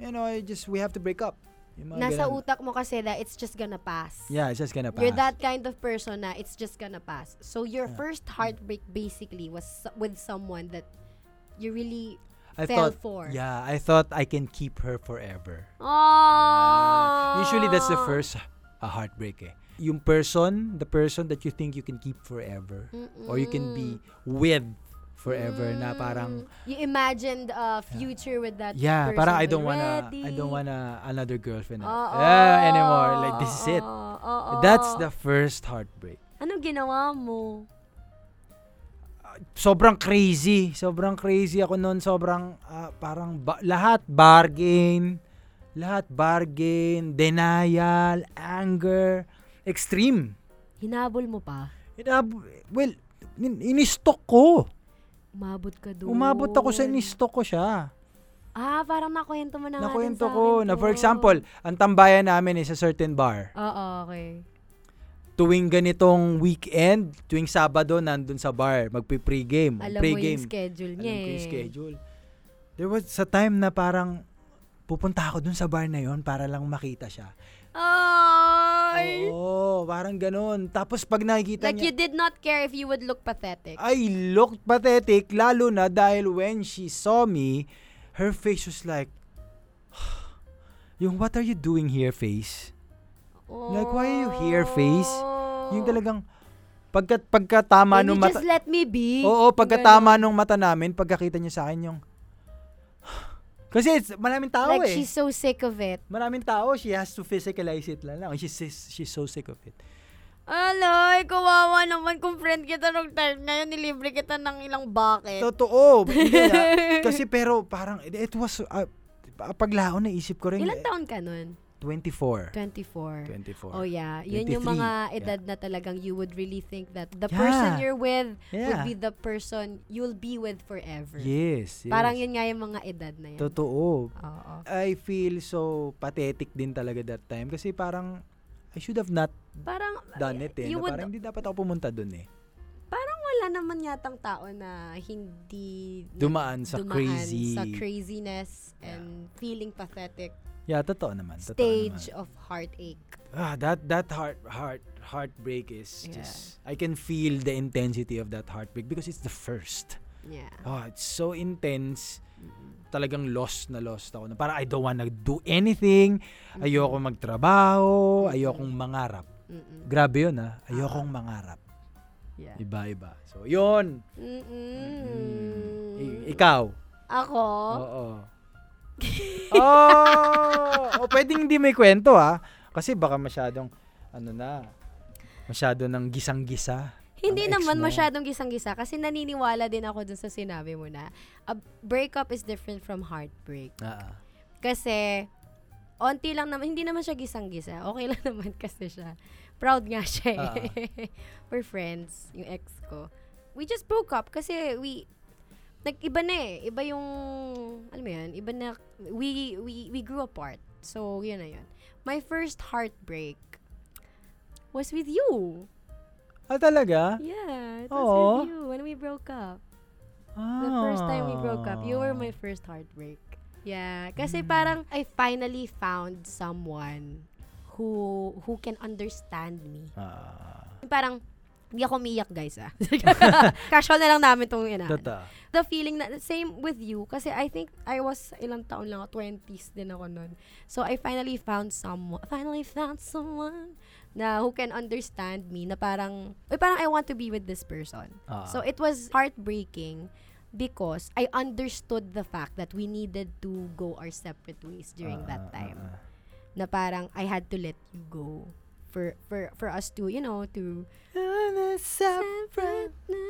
S2: you know, I just, we have to break up. Yung mga
S3: Nasa
S2: ganun.
S3: utak mo kasi na it's just gonna pass.
S2: Yeah, it's just gonna pass.
S3: You're that kind of person na it's just gonna pass. So your
S2: Yeah.
S3: first heartbreak basically was so- with someone that you really
S2: I
S3: fell
S2: thought,
S3: for.
S2: Yeah, I thought I can keep her forever.
S3: Oh.
S2: Ah, usually that's the first ah, heartbreak eh. Yung person, the person that you think you can keep forever or you can be
S3: Mm.
S2: with forever na parang
S3: you imagined a future with Mm. that
S2: yeah,
S3: person
S2: parang I don't wanna
S3: already.
S2: I don't wanna another girlfriend
S3: Oo.
S2: ah, ah, anymore. Like this is it.
S3: Oo, oo.
S2: That's the first heartbreak.
S3: Ano ginawa mo?
S2: Sobrang crazy, sobrang crazy ako noon, sobrang ah, parang ba- lahat bargain, lahat bargain, denial, anger, extreme.
S3: Hinabol mo pa.
S2: Inab- well, in- inistok ko.
S3: Umabot ka doon.
S2: Umabot ako sa inistok ko siya.
S3: Ah, parang nakwento mo na nga din
S2: Nakwento
S3: sa akin
S2: ko na
S3: to.
S2: for example, ang tambayan namin is a certain bar.
S3: Oo, okay.
S2: Tuwing ganitong weekend, tuwing Sabado nandun sa bar, magpi-pregame,
S3: Alam mo
S2: pregame.
S3: yung schedule eh.
S2: Alam
S3: niya
S2: ko yung
S3: eh.
S2: schedule. There was a time na parang pupunta ako dun sa bar na yon para lang makita siya.
S3: Ay!
S2: Oo, parang ganun. Tapos pag nakikita niya,
S3: Like,
S2: Ah,
S3: you did not care if you would look pathetic.
S2: I looked pathetic lalo na dahil when she saw me, her face was like, yung what are you doing here face?
S3: Oh.
S2: Like, why are you here, face? Yung talagang, pagka, pagkatama
S3: Can
S2: nung
S3: Oh. you
S2: mata,
S3: just let me be?
S2: oo, pagkatama nung mata namin, pagkakita niya sa akin yung, kasi it's, maraming tao
S3: Like,
S2: eh.
S3: she's so sick of it.
S2: Maraming tao, she has to physicalize it lang lang. She's, she's so sick of it.
S3: Alay, kawawa naman kung friend kita nung time na yun, nilibre kita ng ilang bucket.
S2: Totoo. hindi na. kasi pero parang, it was, uh, paglaon na isip ko rin.
S3: Ilang
S2: eh,
S3: taon ka nun?
S2: 24.
S3: 24.
S2: 24.
S3: Oh yeah, yun yung
S2: 23.
S3: mga
S2: Yeah.
S3: edad na talagang you would really think that the
S2: Yeah.
S3: person you're with
S2: Yeah.
S3: would be the person you'll be with forever.
S2: Yes, yes.
S3: Parang yun nga yung mga edad na yun.
S2: Totoo.
S3: Oo.
S2: I feel so pathetic din talaga that time kasi parang I should have not
S3: Parang
S2: done it eh.
S3: you
S2: Na
S3: would-
S2: parang hindi dapat ako pumunta dun eh.
S3: wala naman yatang tao na hindi na-
S2: Dumaan sa
S3: dumaan
S2: crazy.
S3: sa craziness and feeling pathetic
S2: yeah, totoo naman. Totoo
S3: stage
S2: naman.
S3: of heartache.
S2: Ah, that that heart heart heartbreak is
S3: Yeah.
S2: just I can feel the intensity of that heartbreak because it's the first.
S3: Yeah.
S2: Oh, it's so intense. Talagang lost na lost ako. Na Parang I don't wanna do anything. Ayoko magtrabaho. Ayokong mangarap.
S3: Mm-mm.
S2: Grabe yun ah. Ayokong mangarap.
S3: Yeah.
S2: Iba-iba. So, yun.
S3: Hmm.
S2: I-
S3: Mm-mm.
S2: ikaw.
S3: Ako?
S2: Oo. oh! O pwedeng hindi may kwento ah. Kasi baka masyadong, ano na, masyado ng gisang-gisa.
S3: Hindi
S2: Ang ex
S3: naman
S2: mo.
S3: masyadong gisang-gisa kasi naniniwala din ako dun sa sinabi mo na a breakup is different from heartbreak.
S2: Ah.
S3: Kasi, onti lang naman, hindi naman siya gisang-gisa. Okay lang naman kasi siya. Proud nga siya eh. We're friends, yung ex ko. We just broke up kasi we, nag-iba na eh. Iba yung, alam mo yun, iba na, we, we, we grew apart. So, yun na yun. My first heartbreak was with you.
S2: Ah, talaga?
S3: Yeah, it was
S2: Oo.
S3: with you when we broke up.
S2: Ah.
S3: The first time we broke up, you were my first heartbreak. Mm. Yeah, kasi parang I finally found someone who who can understand me.
S2: Ah.
S3: Parang hindi ako umiyak, guys, ah. Casual na lang namin itong ina.
S2: Tata.
S3: The feeling na, same with you, kasi I think I was ilang taon lang, ako, 20s din ako nun. So, I finally found someone, finally found someone na who can understand me, na parang, uy, parang I want to be with this person.
S2: Ah.
S3: So it was heartbreaking because I understood the fact that we needed to go our separate ways during
S2: Ah,
S3: that
S2: ah,
S3: time.
S2: ah, ah.
S3: Na parang I had to let you go for for for us to, you know, to separate na.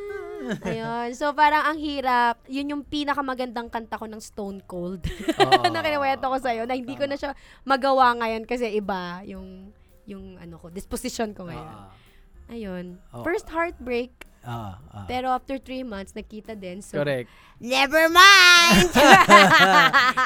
S3: Ayun. So parang ang hirap. Yun yung pinakamagandang kanta ko ng Stone Cold.
S2: Oo.
S3: na kinuwento ko sa'yo na hindi ko na siya magawa ngayon kasi iba yung yung ano ko, disposition
S2: Ah.
S3: ko ngayon. Ayun.
S2: Oo.
S3: First heartbreak,
S2: Ah, Oh. ah.
S3: pero after three months, nakita din. So,
S2: Correct.
S3: Never mind!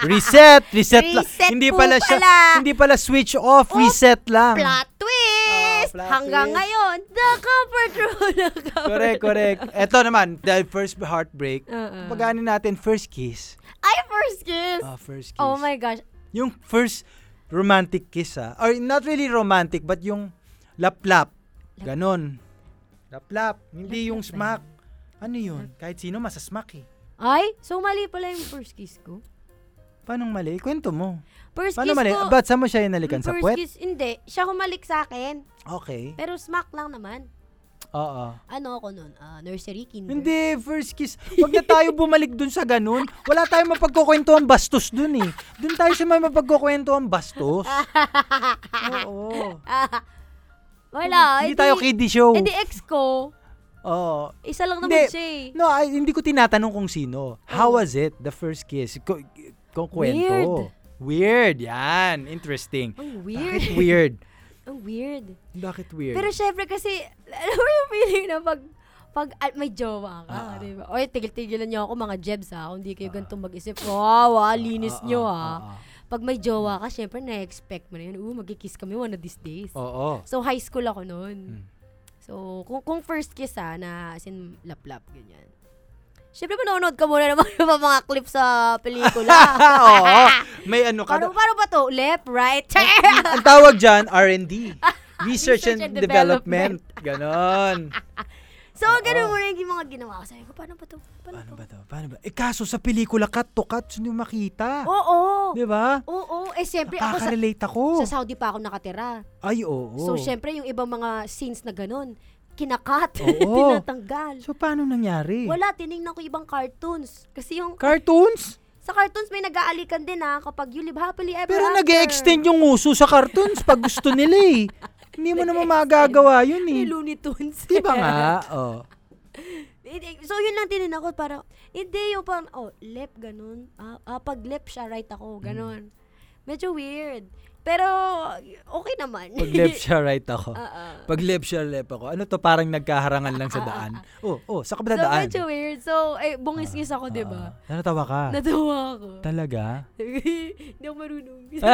S2: Reset, reset, lang.
S3: Reset
S2: Hindi
S3: po
S2: pala siya,
S3: pala.
S2: hindi pala switch off, reset lang.
S3: plot twist!
S2: Oh, plot
S3: Hanggang
S2: twist.
S3: ngayon, the comfort room, the comfort
S2: Correct, correct. Eto naman, the first heartbreak.
S3: Uh-uh.
S2: Pagaanin natin, first kiss.
S3: I first kiss!
S2: Ah, first kiss.
S3: oh my gosh.
S2: Yung first romantic kiss ah. Or not really romantic, but yung lap-lap. Ganon. Lap-lap. Hindi yung smack. Ano yun? Kahit sino masasmack eh.
S3: Ay, so mali pala yung first kiss ko.
S2: Paano mali? Kwento mo.
S3: First
S2: Paano
S3: kiss
S2: mali?
S3: ko.
S2: Ba't saan mo siya inalikan?
S3: yung
S2: Sa
S3: first
S2: puwet?
S3: kiss, hindi. Siya humalik sa akin.
S2: Okay.
S3: Pero smack lang naman.
S2: Oo.
S3: Ano ako nun? Ah, nursery, kinder.
S2: Hindi, first kiss. Huwag na tayo bumalik dun sa ganun. Wala tayong mapagkukwento ang bastos dun eh. Dun tayo sa may mapagkukwento ang bastos. Oo.
S3: Wala.
S2: Hindi tayo kiddie show.
S3: Ah, Hindi ex ko.
S2: Oo.
S3: Isa lang naman
S2: Hindi.
S3: siya eh.
S2: No, ay, hindi ko tinatanong kung sino. How
S3: Oh.
S2: was it, the first kiss? Ko, kung kwento. Weird. yan. Interesting. Bakit
S3: Ang weird.
S2: weird?
S3: Ang weird.
S2: Bakit weird?
S3: Pero syempre kasi, alam mo yung feeling na pag, pag ah, may jowa ka,
S2: Ah.
S3: di ba? Oy, tigil-tigilan niyo ako mga jebs ha, kung di kayo ganito mag-isip. Wow, ah, linis niyo ha.
S2: ah.
S3: Pag may jowa ka, syempre na-expect mo na yun. Oo, magkikiss kami one of these days.
S2: Oo.
S3: So, high school
S2: Hmm.
S3: ako ah, noon. So, kung, kung first kiss ha, na as in, lap-lap, ganyan. Siyempre, manonood ka muna naman ng mga clip sa pelikula.
S2: Ah, Oo. May ano ka.
S3: Paano, paano ba to? Left, right?
S2: Ang tawag dyan, R&D. Research
S3: Research
S2: and,
S3: and
S2: Development. Ganon.
S3: so, ganun muna yung mga ginawa ko. Sabi ko, paano ba to? Paano,
S2: Paano
S3: ba?
S2: ba to? Paano ba? Eh kaso sa pelikula, cut to cut, hindi mo makita.
S3: Oo.
S2: Di ba?
S3: Oo. Eh, siyempre, Oh. ako sa,
S2: Nakaka-relate ako.
S3: sa Saudi pa ako nakatira.
S2: Ay, oo.
S3: So, syempre, yung ibang mga scenes na ganun, kinakat,
S2: Oo.
S3: tinatanggal.
S2: So, paano nangyari?
S3: Wala, tinignan ko ibang cartoons. Kasi yung,
S2: Cartoons?
S3: sa cartoons may nag-aalikan din ha, kapag you live happily ever
S2: Pero
S3: after.
S2: nag extend yung uso sa cartoons pag gusto nila eh. Hindi mo naman magagawa yun eh.
S3: Ni Looney Tunes.
S2: Di ba nga? Oh.
S3: Hindi- So, yun lang tinin ako. Parang, hindi yung parang, oh, left, ganun. Ah, ah, pag left siya, right
S2: Mm.
S3: ako. Ganun. Medyo weird. Pero, okay naman.
S2: Pag left siya, right ako.
S3: Ah, ah.
S2: Pag left siya, left ako. Ano to? Parang nagkaharangan lang sa daan. Oh, oh, sa
S3: ah, So,
S2: kabilang daan.
S3: medyo weird. So, eh, bungis-ngis ako, di ba?
S2: Ah, Natatawa ka.
S3: Natawa ako.
S2: Talaga?
S3: Hindi ako marunong.
S2: Cute.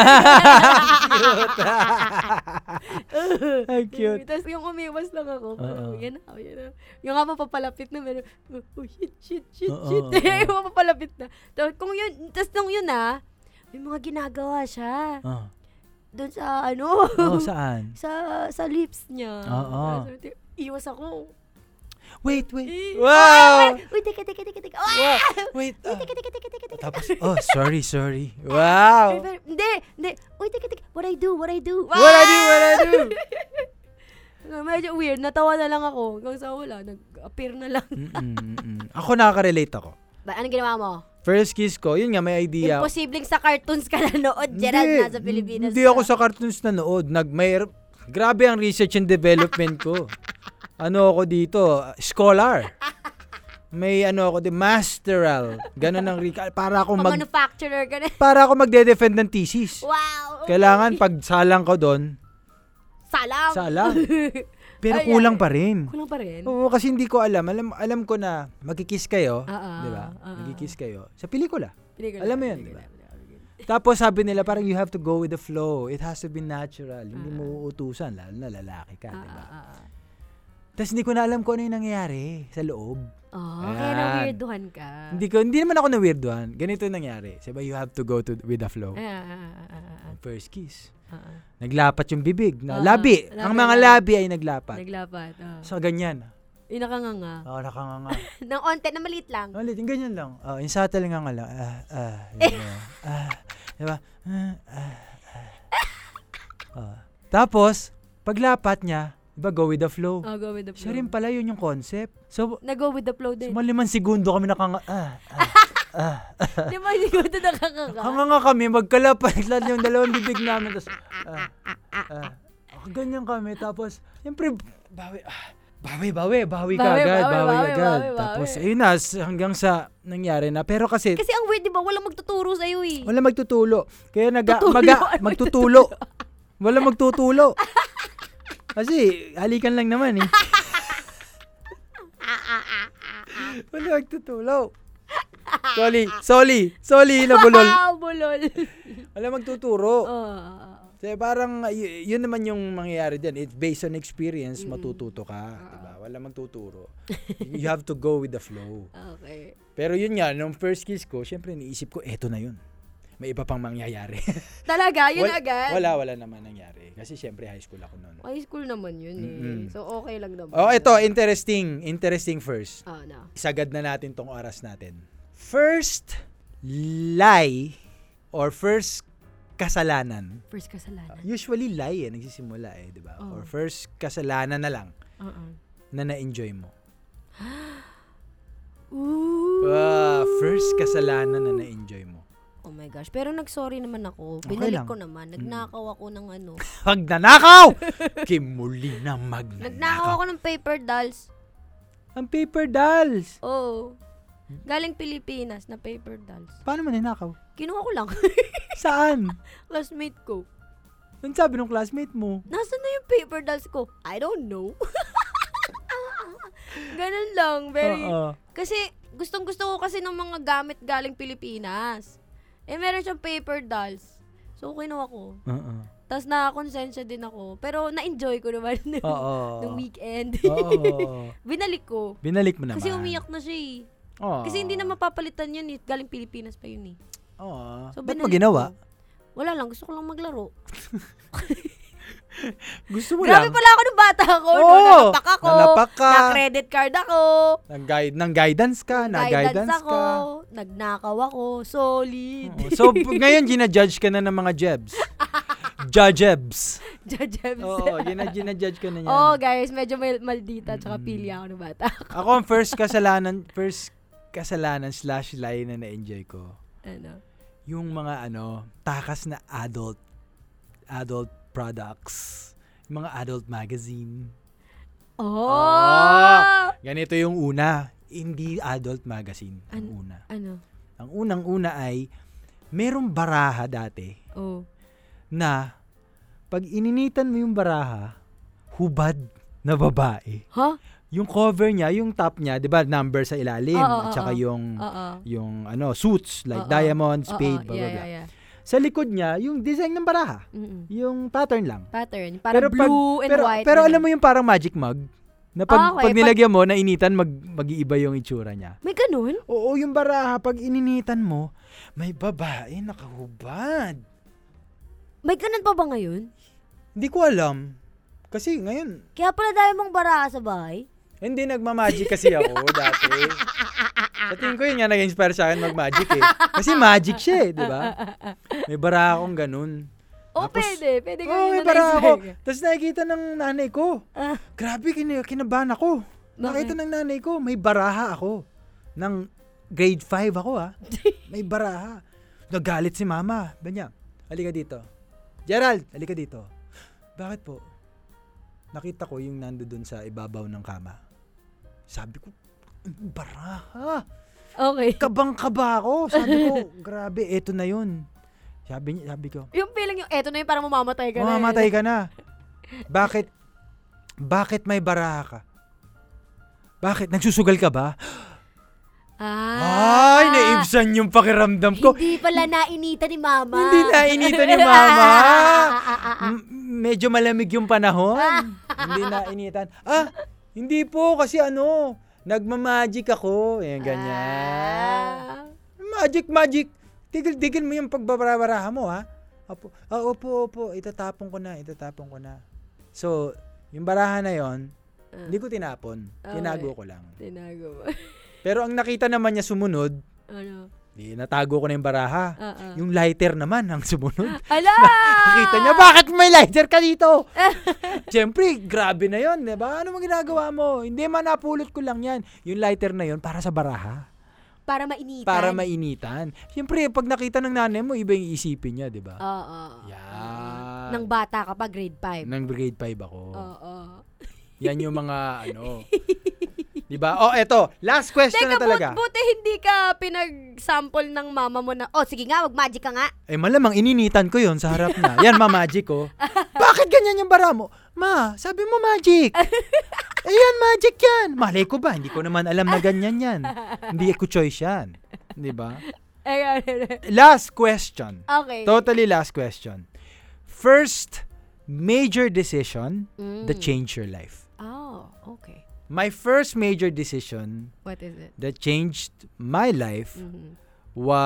S2: Ang cute.
S3: Tapos yung umiwas lang ako. Parang,
S2: Oo.
S3: yan na, yan na. Yung nga mapapalapit na, meron, oh, shit, shit, shit,
S2: Oo,
S3: shit.
S2: oo,
S3: yung mapapalapit na. Tapos kung yun, tapos nung yun na, may mga ginagawa siya.
S2: Oh,
S3: Doon sa, ano,
S2: oh saan?
S3: sa, sa lips niya.
S2: Oo.
S3: Tapos, Iwas ako.
S2: Wait, wait.
S3: Eh,
S2: Wow!
S3: Uy, teka, teka, teka, teka. Ah!
S2: Wait.
S3: Uy,
S2: ah.
S3: teka, teka, teka, teka, teka.
S2: Tapos, oh, sorry, sorry. Wow!
S3: Pero- Hindi, hindi. Uy, teka, teka. What I do, what I do.
S2: What I do, what I do.
S3: Medyo weird. Natawa na lang ako. Hanggang sa wala. Nag-appear na lang.
S2: Mm-mm, mm-mm. Ako nakaka-relate ako.
S3: Ba, anong ginawa mo?
S2: First kiss ko, yun nga, may idea.
S3: Imposibleng sa cartoons ka nanood, Gerald,
S2: Hindi,
S3: nasa Pilipinas.
S2: Hindi
S3: ka.
S2: ako sa cartoons nanood. Nag, may, grabe ang research and development ko. ano ako dito? Scholar. May ano ako, di, masteral. Ganon ang, re- para ako mag,
S3: Pa-manufacturer ka na.
S2: para ako magde-defend ng thesis.
S3: ano- Wow!
S2: Kailangan pag salang ko doon,
S3: Salam!
S2: Salam. Oh, pero
S3: Ay,
S2: kulang
S3: ay.
S2: pa rin.
S3: Kulang pa rin.
S2: Oo, kasi hindi ko alam. Alam alam ko na magkikiss kayo,
S3: Ah, ah,
S2: 'di ba?
S3: ah, ah.
S2: Magkikiss kayo sa pelikula.
S3: Pinigil
S2: Alam mo diba?
S3: na,
S2: yun, di
S3: pinigil
S2: ba?
S3: na, pinigil na.
S2: Tapos sabi nila parang you have to go with the flow. It has to be natural. Hindi mo uutusan lalo na lalaki ka,
S3: Ah,
S2: 'di ba?
S3: ah, ah, ah.
S2: Tapos hindi ko na alam kung ano yung nangyayari sa loob.
S3: Oh, kaya
S2: Ayan.
S3: na-weirduhan ka.
S2: Hindi ko hindi naman ako na weirduhan. Ganito yung nangyari. Sabi you have to go to with the flow.
S3: Ah, ah, ah, ah, ah,
S2: First kiss.
S3: ah, ah.
S2: Naglapat yung bibig na
S3: Ah,
S2: labi.
S3: labi,
S2: Ang mga
S3: labi.
S2: labi ay naglapat.
S3: Naglapat. ah.
S2: so ganyan.
S3: Yung nakanganga.
S2: Oh, nakanganga.
S3: Nang onte na maliit lang.
S2: Ulit, yung ganyan lang. Oh, yung subtle nga nga lang. Ah, ah,
S3: Eh.
S2: yun, ah, ah, diba? Ah, ah, ah. Oh. Tapos, paglapat niya, diba, go with the flow.
S3: Oh, go with the
S2: Siya rin
S3: flow.
S2: pala yun yung concept. So,
S3: Nag-go with the flow
S2: so
S3: din.
S2: malimang segundo kami nakanga... Ah, ah.
S3: Di ba, hindi ko ito nakanganga.
S2: Hanganga kami, magkalapat lahat yung dalawang bibig namin. Tapos, ah, ah. Ah, ganyan kami. Tapos, siyempre, bawi, ah, bawi, bawi, bawi ka
S3: Bawi,
S2: agad, bawi,
S3: bawi, bawi,
S2: agad.
S3: bawi, bawi.
S2: Tapos, ayun na, s- hanggang sa nangyari na. Pero kasi,
S3: Kasi ang weird, di ba? Walang magtuturo sa'yo eh.
S2: Wala magtutulo. Kaya naga,
S3: Tutulo,
S2: maga,
S3: ano
S2: magtutulo. Wala magtutulo. Kasi, halikan lang naman eh. Wala magtutulo. Sorry, sorry, sorry, nabulol.
S3: Ah, bulol.
S2: Wala magtuturo.
S3: Oh.
S2: Kasi parang, y- yun naman yung mangyayari dyan. It's based on experience, matututo ka. Diba? Wala magtuturo. You have to go with the flow.
S3: ah. Okay.
S2: Pero yun nga, nung first kiss ko, syempre niisip ko, eto na yun. May iba pang mangyayari.
S3: Talaga, yun
S2: Wal-
S3: agad.
S2: Wala, wala naman nangyari. Kasi syempre high school ako noon.
S3: High school naman yun eh.
S2: Mm-mm.
S3: So, okay lang naman.
S2: Oh, ito, interesting. Interesting first.
S3: Ah, na.
S2: Isagad na natin tong oras natin. First lie or first kasalanan.
S3: First kasalanan.
S2: Usually lie eh, nagsisimula eh, di ba?
S3: Oh.
S2: Or first kasalanan na lang
S3: Oo.
S2: na na-enjoy mo.
S3: Ooh.
S2: Ah, first kasalanan na na-enjoy mo.
S3: Oh my gosh. Pero nag-sorry naman ako.
S2: Okay
S3: Binalik
S2: lang.
S3: ko naman.
S2: Mm.
S3: Nagnakaw ako ng ano.
S2: Magnanakaw! Kimuli na magnanakaw.
S3: Nagnakaw ako ng paper dolls.
S2: Ang paper dolls!
S3: Oo.
S2: Hmm?
S3: Galing Pilipinas na paper dolls.
S2: Paano man ninakaw?
S3: Kinuha ko lang.
S2: Saan?
S3: Classmate ko.
S2: Anong sabi ng classmate mo?
S3: Nasaan na yung paper dolls ko? I don't know. Ganun lang. Very,
S2: Oo.
S3: Kasi gustong gusto ko kasi ng mga gamit galing Pilipinas. Eh meron siyang paper dolls. So kinuha ko.
S2: Oo.
S3: Tapos nakakonsensya din ako. Pero na-enjoy ko naman nung,
S2: Oo.
S3: nung weekend.
S2: Oo.
S3: Binalik ko.
S2: Binalik mo naman.
S3: Kasi umiyak na siya eh.
S2: Oh.
S3: Kasi hindi na mapapalitan yun. eh. Galing Pilipinas pa yun eh.
S2: Oh.
S3: So,
S2: Ba't
S3: binalik
S2: mo ginawa?
S3: ko. Wala lang. Gusto ko lang maglaro.
S2: Gusto mo
S3: Grabe
S2: lang.
S3: pala ako nung bata ako. no?
S2: Oo,
S3: nalapak ako.
S2: nalapak ka.
S3: Na-credit card ako.
S2: Nag-guide, nang guidance ka, na guidance,
S3: Guidance ako.
S2: ka.
S3: Nagnakaw ako. Solid.
S2: Oo. So, p- ngayon, ginajudge ka na ng mga jebs. Judgebs.
S3: Jajebs.
S2: Oo, gina, ginajudge ka na yan. Mm.
S3: Oh, guys, medyo mal- maldita tsaka pili ako nung bata.
S2: Ako ang first kasalanan, first kasalanan slash line na na-enjoy ko.
S3: ano?
S2: Yung mga ano, takas na adult, adult products. Yung mga adult magazine.
S3: Oh!
S2: Oh! Ganito yung una. Hindi adult magazine. Ang
S3: An-
S2: una.
S3: Ano?
S2: Ang unang-una ay, merong baraha dati
S3: Oh.
S2: na pag ininitan mo yung baraha, hubad na babae.
S3: Ha?
S2: Yung cover niya, yung top niya, 'di ba, number sa ilalim
S3: Oo,
S2: at saka
S3: oo,
S2: yung
S3: Oo.
S2: yung ano, suits like
S3: Oo.
S2: diamond,
S3: Oo,
S2: Mm. spade, blah,
S3: yeah,
S2: blah, blah.
S3: yeah, yeah.
S2: Sa likod niya, yung design ng baraha,
S3: Mm-mm.
S2: yung pattern lang.
S3: Pattern. Parang
S2: pag-
S3: blue and
S2: pero,
S3: white. Ah,
S2: Pero alam mo yung parang magic mug na pag, pag
S3: Okay, pag-
S2: nilagyan mo, nainitan, mag, mag-iiba yung itsura niya.
S3: May ganun?
S2: Oo, yung baraha, pag ininitan mo, may babae nakahubad.
S3: May ganun pa ba ngayon?
S2: Hindi ko alam. Kasi ngayon,
S3: Kaya pala dahil mong bara sa bahay.
S2: Hindi, nagmamagic kasi ako dati. Sa tingin ko yun nga nag-inspire sa akin mag-magic eh. Kasi magic siya eh, di ba? May bara akong ganun.
S3: Oh,
S2: Tapos-
S3: pwede. Pwede
S2: Oo,
S3: ganun
S2: may
S3: na
S2: bara ako.
S3: na-inspire.
S2: Tapos nakikita ng nanay ko.
S3: Ah,
S2: Grabe, kin- kinabahan ako. Nakita
S3: Bakit?
S2: ng nanay ko, may baraha ako. Nang grade 5 ako ah. May baraha. Nagalit si mama. Banya, halika dito. Gerald, halika dito. Bakit po? Nakita ko yung nando dun sa ibabaw ng kama. Sabi ko, "Ang baraha.
S3: okay.
S2: Kabang-kaba ako. Sabi ko, grabe, eto na yun. Sabi, niya, sabi ko,
S3: Yung feeling yung, eto na yung parang mamamatay ka na.
S2: Mamamatay ka na. Bakit? Bakit may baraha ka? Bakit? Nagsusugal ka ba?
S3: Ah.
S2: Ay, naibsan yung pakiramdam ko.
S3: Hindi pala nainita ni mama. Ah,
S2: Hindi nainita ni mama. M- medyo malamig yung panahon. hindi nainitan. Ah, hindi po kasi ano, nagmamagic ako. Ayan, ganyan.
S3: Ah.
S2: Magic, magic. Tigil-tigil mo yung pagbabaraha mo, ha? Opo, ah, opo, opo. Itatapon ko na, itatapon ko na. So, yung baraha na yon,
S3: Ah.
S2: hindi ko tinapon.
S3: Ah,
S2: Tinago
S3: okay.
S2: ko lang.
S3: Tinago mo.
S2: Pero ang nakita naman niya sumunod,
S3: ano?
S2: di natago ko na yung baraha.
S3: Ah, ah.
S2: Yung lighter naman ang sumunod.
S3: Ala!
S2: Nakita
S3: Ah!
S2: niya, bakit may lighter ka dito? Siyempre, grabe na yon, di ba? Ano mong ginagawa mo? Hindi man, napulot ko lang yan. Yung lighter na yon para sa baraha.
S3: Para mainitan.
S2: Para mainitan. Siyempre, pag nakita ng nanay mo, iba yung iisipin niya, di ba?
S3: Oo. oo.
S2: Yan.
S3: Nang bata ka pa, grade 5.
S2: Nang grade 5 ako.
S3: Oo. oo.
S2: Yan yung mga, ano. di ba? Oh, eto. Last question
S3: Teka,
S2: na talaga.
S3: but, buti hindi ka pinag-sample ng mama mo na, oh, sige nga, mag-magic ka nga.
S2: Eh malamang ininitan ko yon sa harap na. Yan ma magic ko. Bakit ganyan yung bara mo? Ma, sabi mo magic. Eh yan magic yan. Malay ko ba? Hindi ko naman alam na ganyan yan. Hindi ko choice yan. Di ba?
S3: Eh,
S2: Last question.
S3: okay.
S2: Totally last question. First major decision
S3: Mm.
S2: that changed your life.
S3: Oh, okay.
S2: My first major decision
S3: What is it?
S2: that changed my life
S3: Mhm.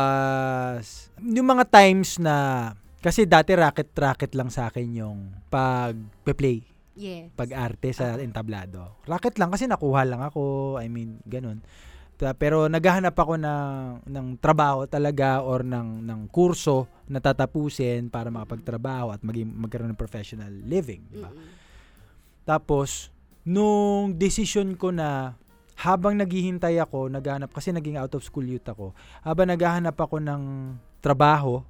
S2: was yung mga times na kasi dati racket-racket lang sa akin yung pag-play,
S3: Yeah.
S2: pag-arte sa entablado. Racket lang kasi nakuha lang ako, I mean, ganun. Ta- Pero naghahanap ako ng, ng trabaho talaga or ng, ng kurso na tatapusin para makapagtrabaho at maging, magkaroon ng professional living. di ba?
S3: Mm-mm.
S2: Tapos, nung decision ko na habang naghihintay ako, naghahanap, kasi naging out of school youth ako, habang naghahanap ako ng trabaho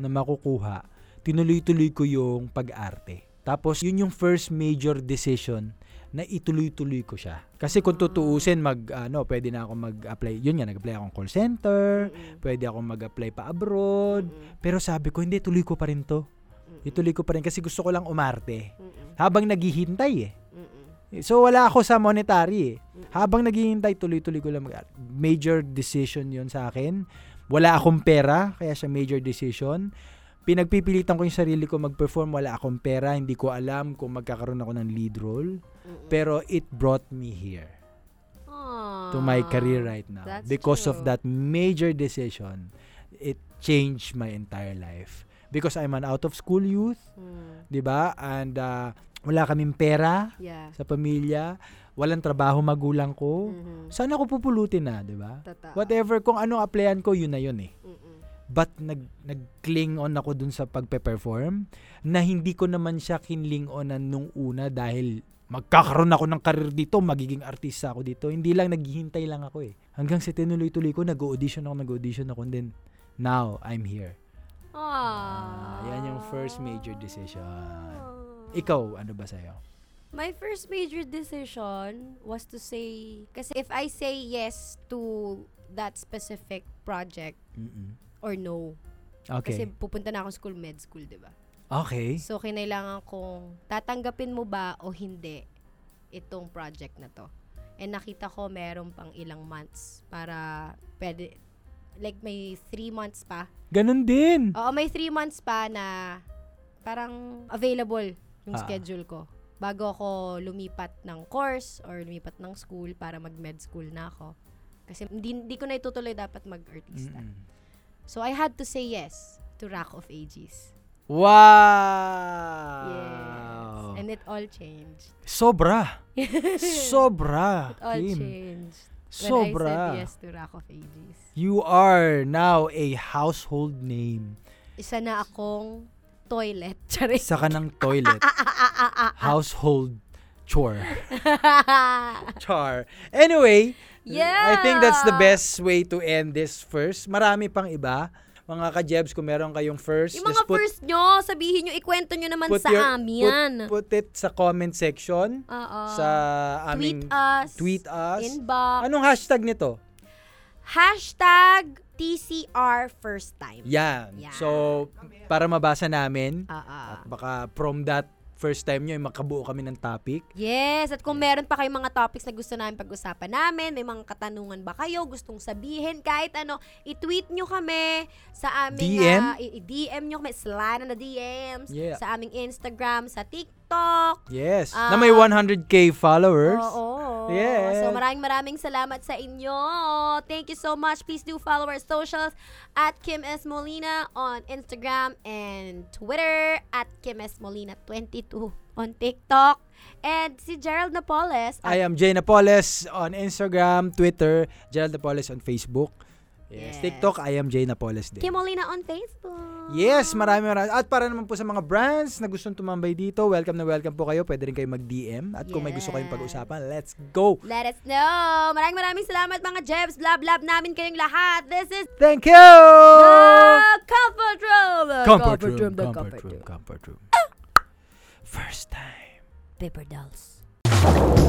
S2: na makukuha, tinuloy-tuloy ko yung pag-arte. Tapos, yun yung first major decision na ituloy-tuloy ko siya. Kasi
S3: Ah.
S2: kung tutuusin, mag, ano, pwede na ako mag-apply. Yun nga, nag-apply akong call center,
S3: Mm-mm.
S2: pwede ako mag-apply pa abroad.
S3: Mm-mm.
S2: Pero sabi ko, hindi, tuloy ko pa rin to. Ituloy ko pa rin kasi gusto ko lang umarte.
S3: Mm-mm.
S2: Habang naghihintay eh.
S3: Mm-mm.
S2: So wala ako sa monetary eh. Habang naghihintay, tuloy-tuloy ko lang mag- major decision 'yon sa akin. Wala akong pera, kaya siya major decision. Pinagpipilitan ko yung sarili ko mag-perform, wala akong pera, hindi ko alam kung magkakaroon ako ng lead role,
S3: Mm-mm.
S2: pero it brought me here.
S3: Aww.
S2: to my career right now.
S3: Ah, That's
S2: because of
S3: true.
S2: that major decision, it changed my entire life. Because I'm an out of school youth,
S3: Mm.
S2: 'di ba? And ah, wala kaming pera
S3: Yeah.
S2: sa pamilya, walang trabaho magulang ko.
S3: Mhm.
S2: Sana ko pupulutin na, 'di ba?
S3: Totoo.
S2: Whatever kung ano applyan ko, yun na yun eh.
S3: Mm-mm.
S2: But nag nag-cling on ako dun sa pagpe-perform na hindi ko naman siya kinling onan nung una dahil magkakaroon ako ng karir dito, magiging artista ako dito. Hindi lang, naghihintay lang ako eh. Hanggang sa tinuloy-tuloy ko, nag-audition ako, nag-audition ako, and then now, I'm here.
S3: Aww.
S2: Ah, yan yung first major decision.
S3: Ah.
S2: Ikaw, ano ba sa'yo?
S3: My first major decision was to say, kasi if I say yes to that specific project
S2: Mm-mm.
S3: or no, kasi
S2: Okay.
S3: pupunta na ako school, med school, di ba?
S2: okay.
S3: So, kinailangan kong tatanggapin mo ba o hindi itong project na to. And nakita ko meron pang ilang months para pwede, like may three months pa.
S2: Ganun din.
S3: Oo, may three months pa na parang available yung
S2: Ah.
S3: schedule ko bago ako lumipat ng course or lumipat ng school para mag-med school na ako. Kasi hindi, hindi ko na itutuloy dapat mag-artista.
S2: Mm-mm.
S3: So, I had to say yes to Rack of Ages. Yes.
S2: Wow!
S3: And it all changed.
S2: Sobra. Sobra.
S3: All
S2: Kim.
S3: changed. When I said
S2: Sobra.
S3: yes to Rock of Ages.
S2: You are now a household name.
S3: Isa na akong toilet. Charis.
S2: Isa ka ng toilet. Household chore. Char. Anyway,
S3: yeah!
S2: I think that's the best way to end this first. Marami pang iba. Mga ka-Jebs, kung meron kayong first,
S3: Yung mga
S2: just put,
S3: first nyo, sabihin nyo, ikwento nyo naman
S2: put
S3: sa
S2: your-
S3: amin.
S2: put it sa comment section.
S3: Oo.
S2: sa aming
S3: tweet us.
S2: tweet us. Ano?
S3: Inbox.
S2: Anong hashtag nito?
S3: Hashtag TCR first time.
S2: Yan.
S3: Yan. Ah.
S2: So, para mabasa namin,
S3: Oo.
S2: at baka from that first time nyo, ay makabuo kami ng topic.
S3: Yes, at kung meron pa kayong mga topics na gusto namin pag-usapan namin, may mga katanungan ba kayo, gustong sabihin, kahit ano, i-tweet nyo kami sa aming...
S2: DM?
S3: ah, i- i-DM nyo kami, slide na DMs,
S2: Yeah.
S3: sa aming Instagram, sa TikTok.
S2: Yes.
S3: Ah.
S2: na may 100k followers.
S3: Oo.
S2: Yes.
S3: So maraming maraming salamat sa inyo. Thank you so much. Please do follow our socials at Kim S. Molina on Instagram and Twitter at Kim S. Molina22 on TikTok. And si Gerald Napoles at
S2: I am Jay Napoles on Instagram, Twitter, Gerald Napoles on Facebook. Yes.
S3: Yes.
S2: TikTok, I am Jay Napoles din.
S3: Kim Molina on Facebook.
S2: Yes, marami marami. At para naman po sa mga brands na gustong tumambay dito, welcome na welcome po kayo. Pwede rin kayo mag-DM. At kung may gusto kayong
S3: Yes.
S2: pag-usapan, let's go!
S3: Let us know. Maraming maraming salamat mga Jebs. Love, love namin kayong lahat. This is
S2: Thank you!
S3: the Comfort Room.
S2: Comfort room,
S3: the
S2: comfort room, comfort room. First time.
S3: Paper Dolls.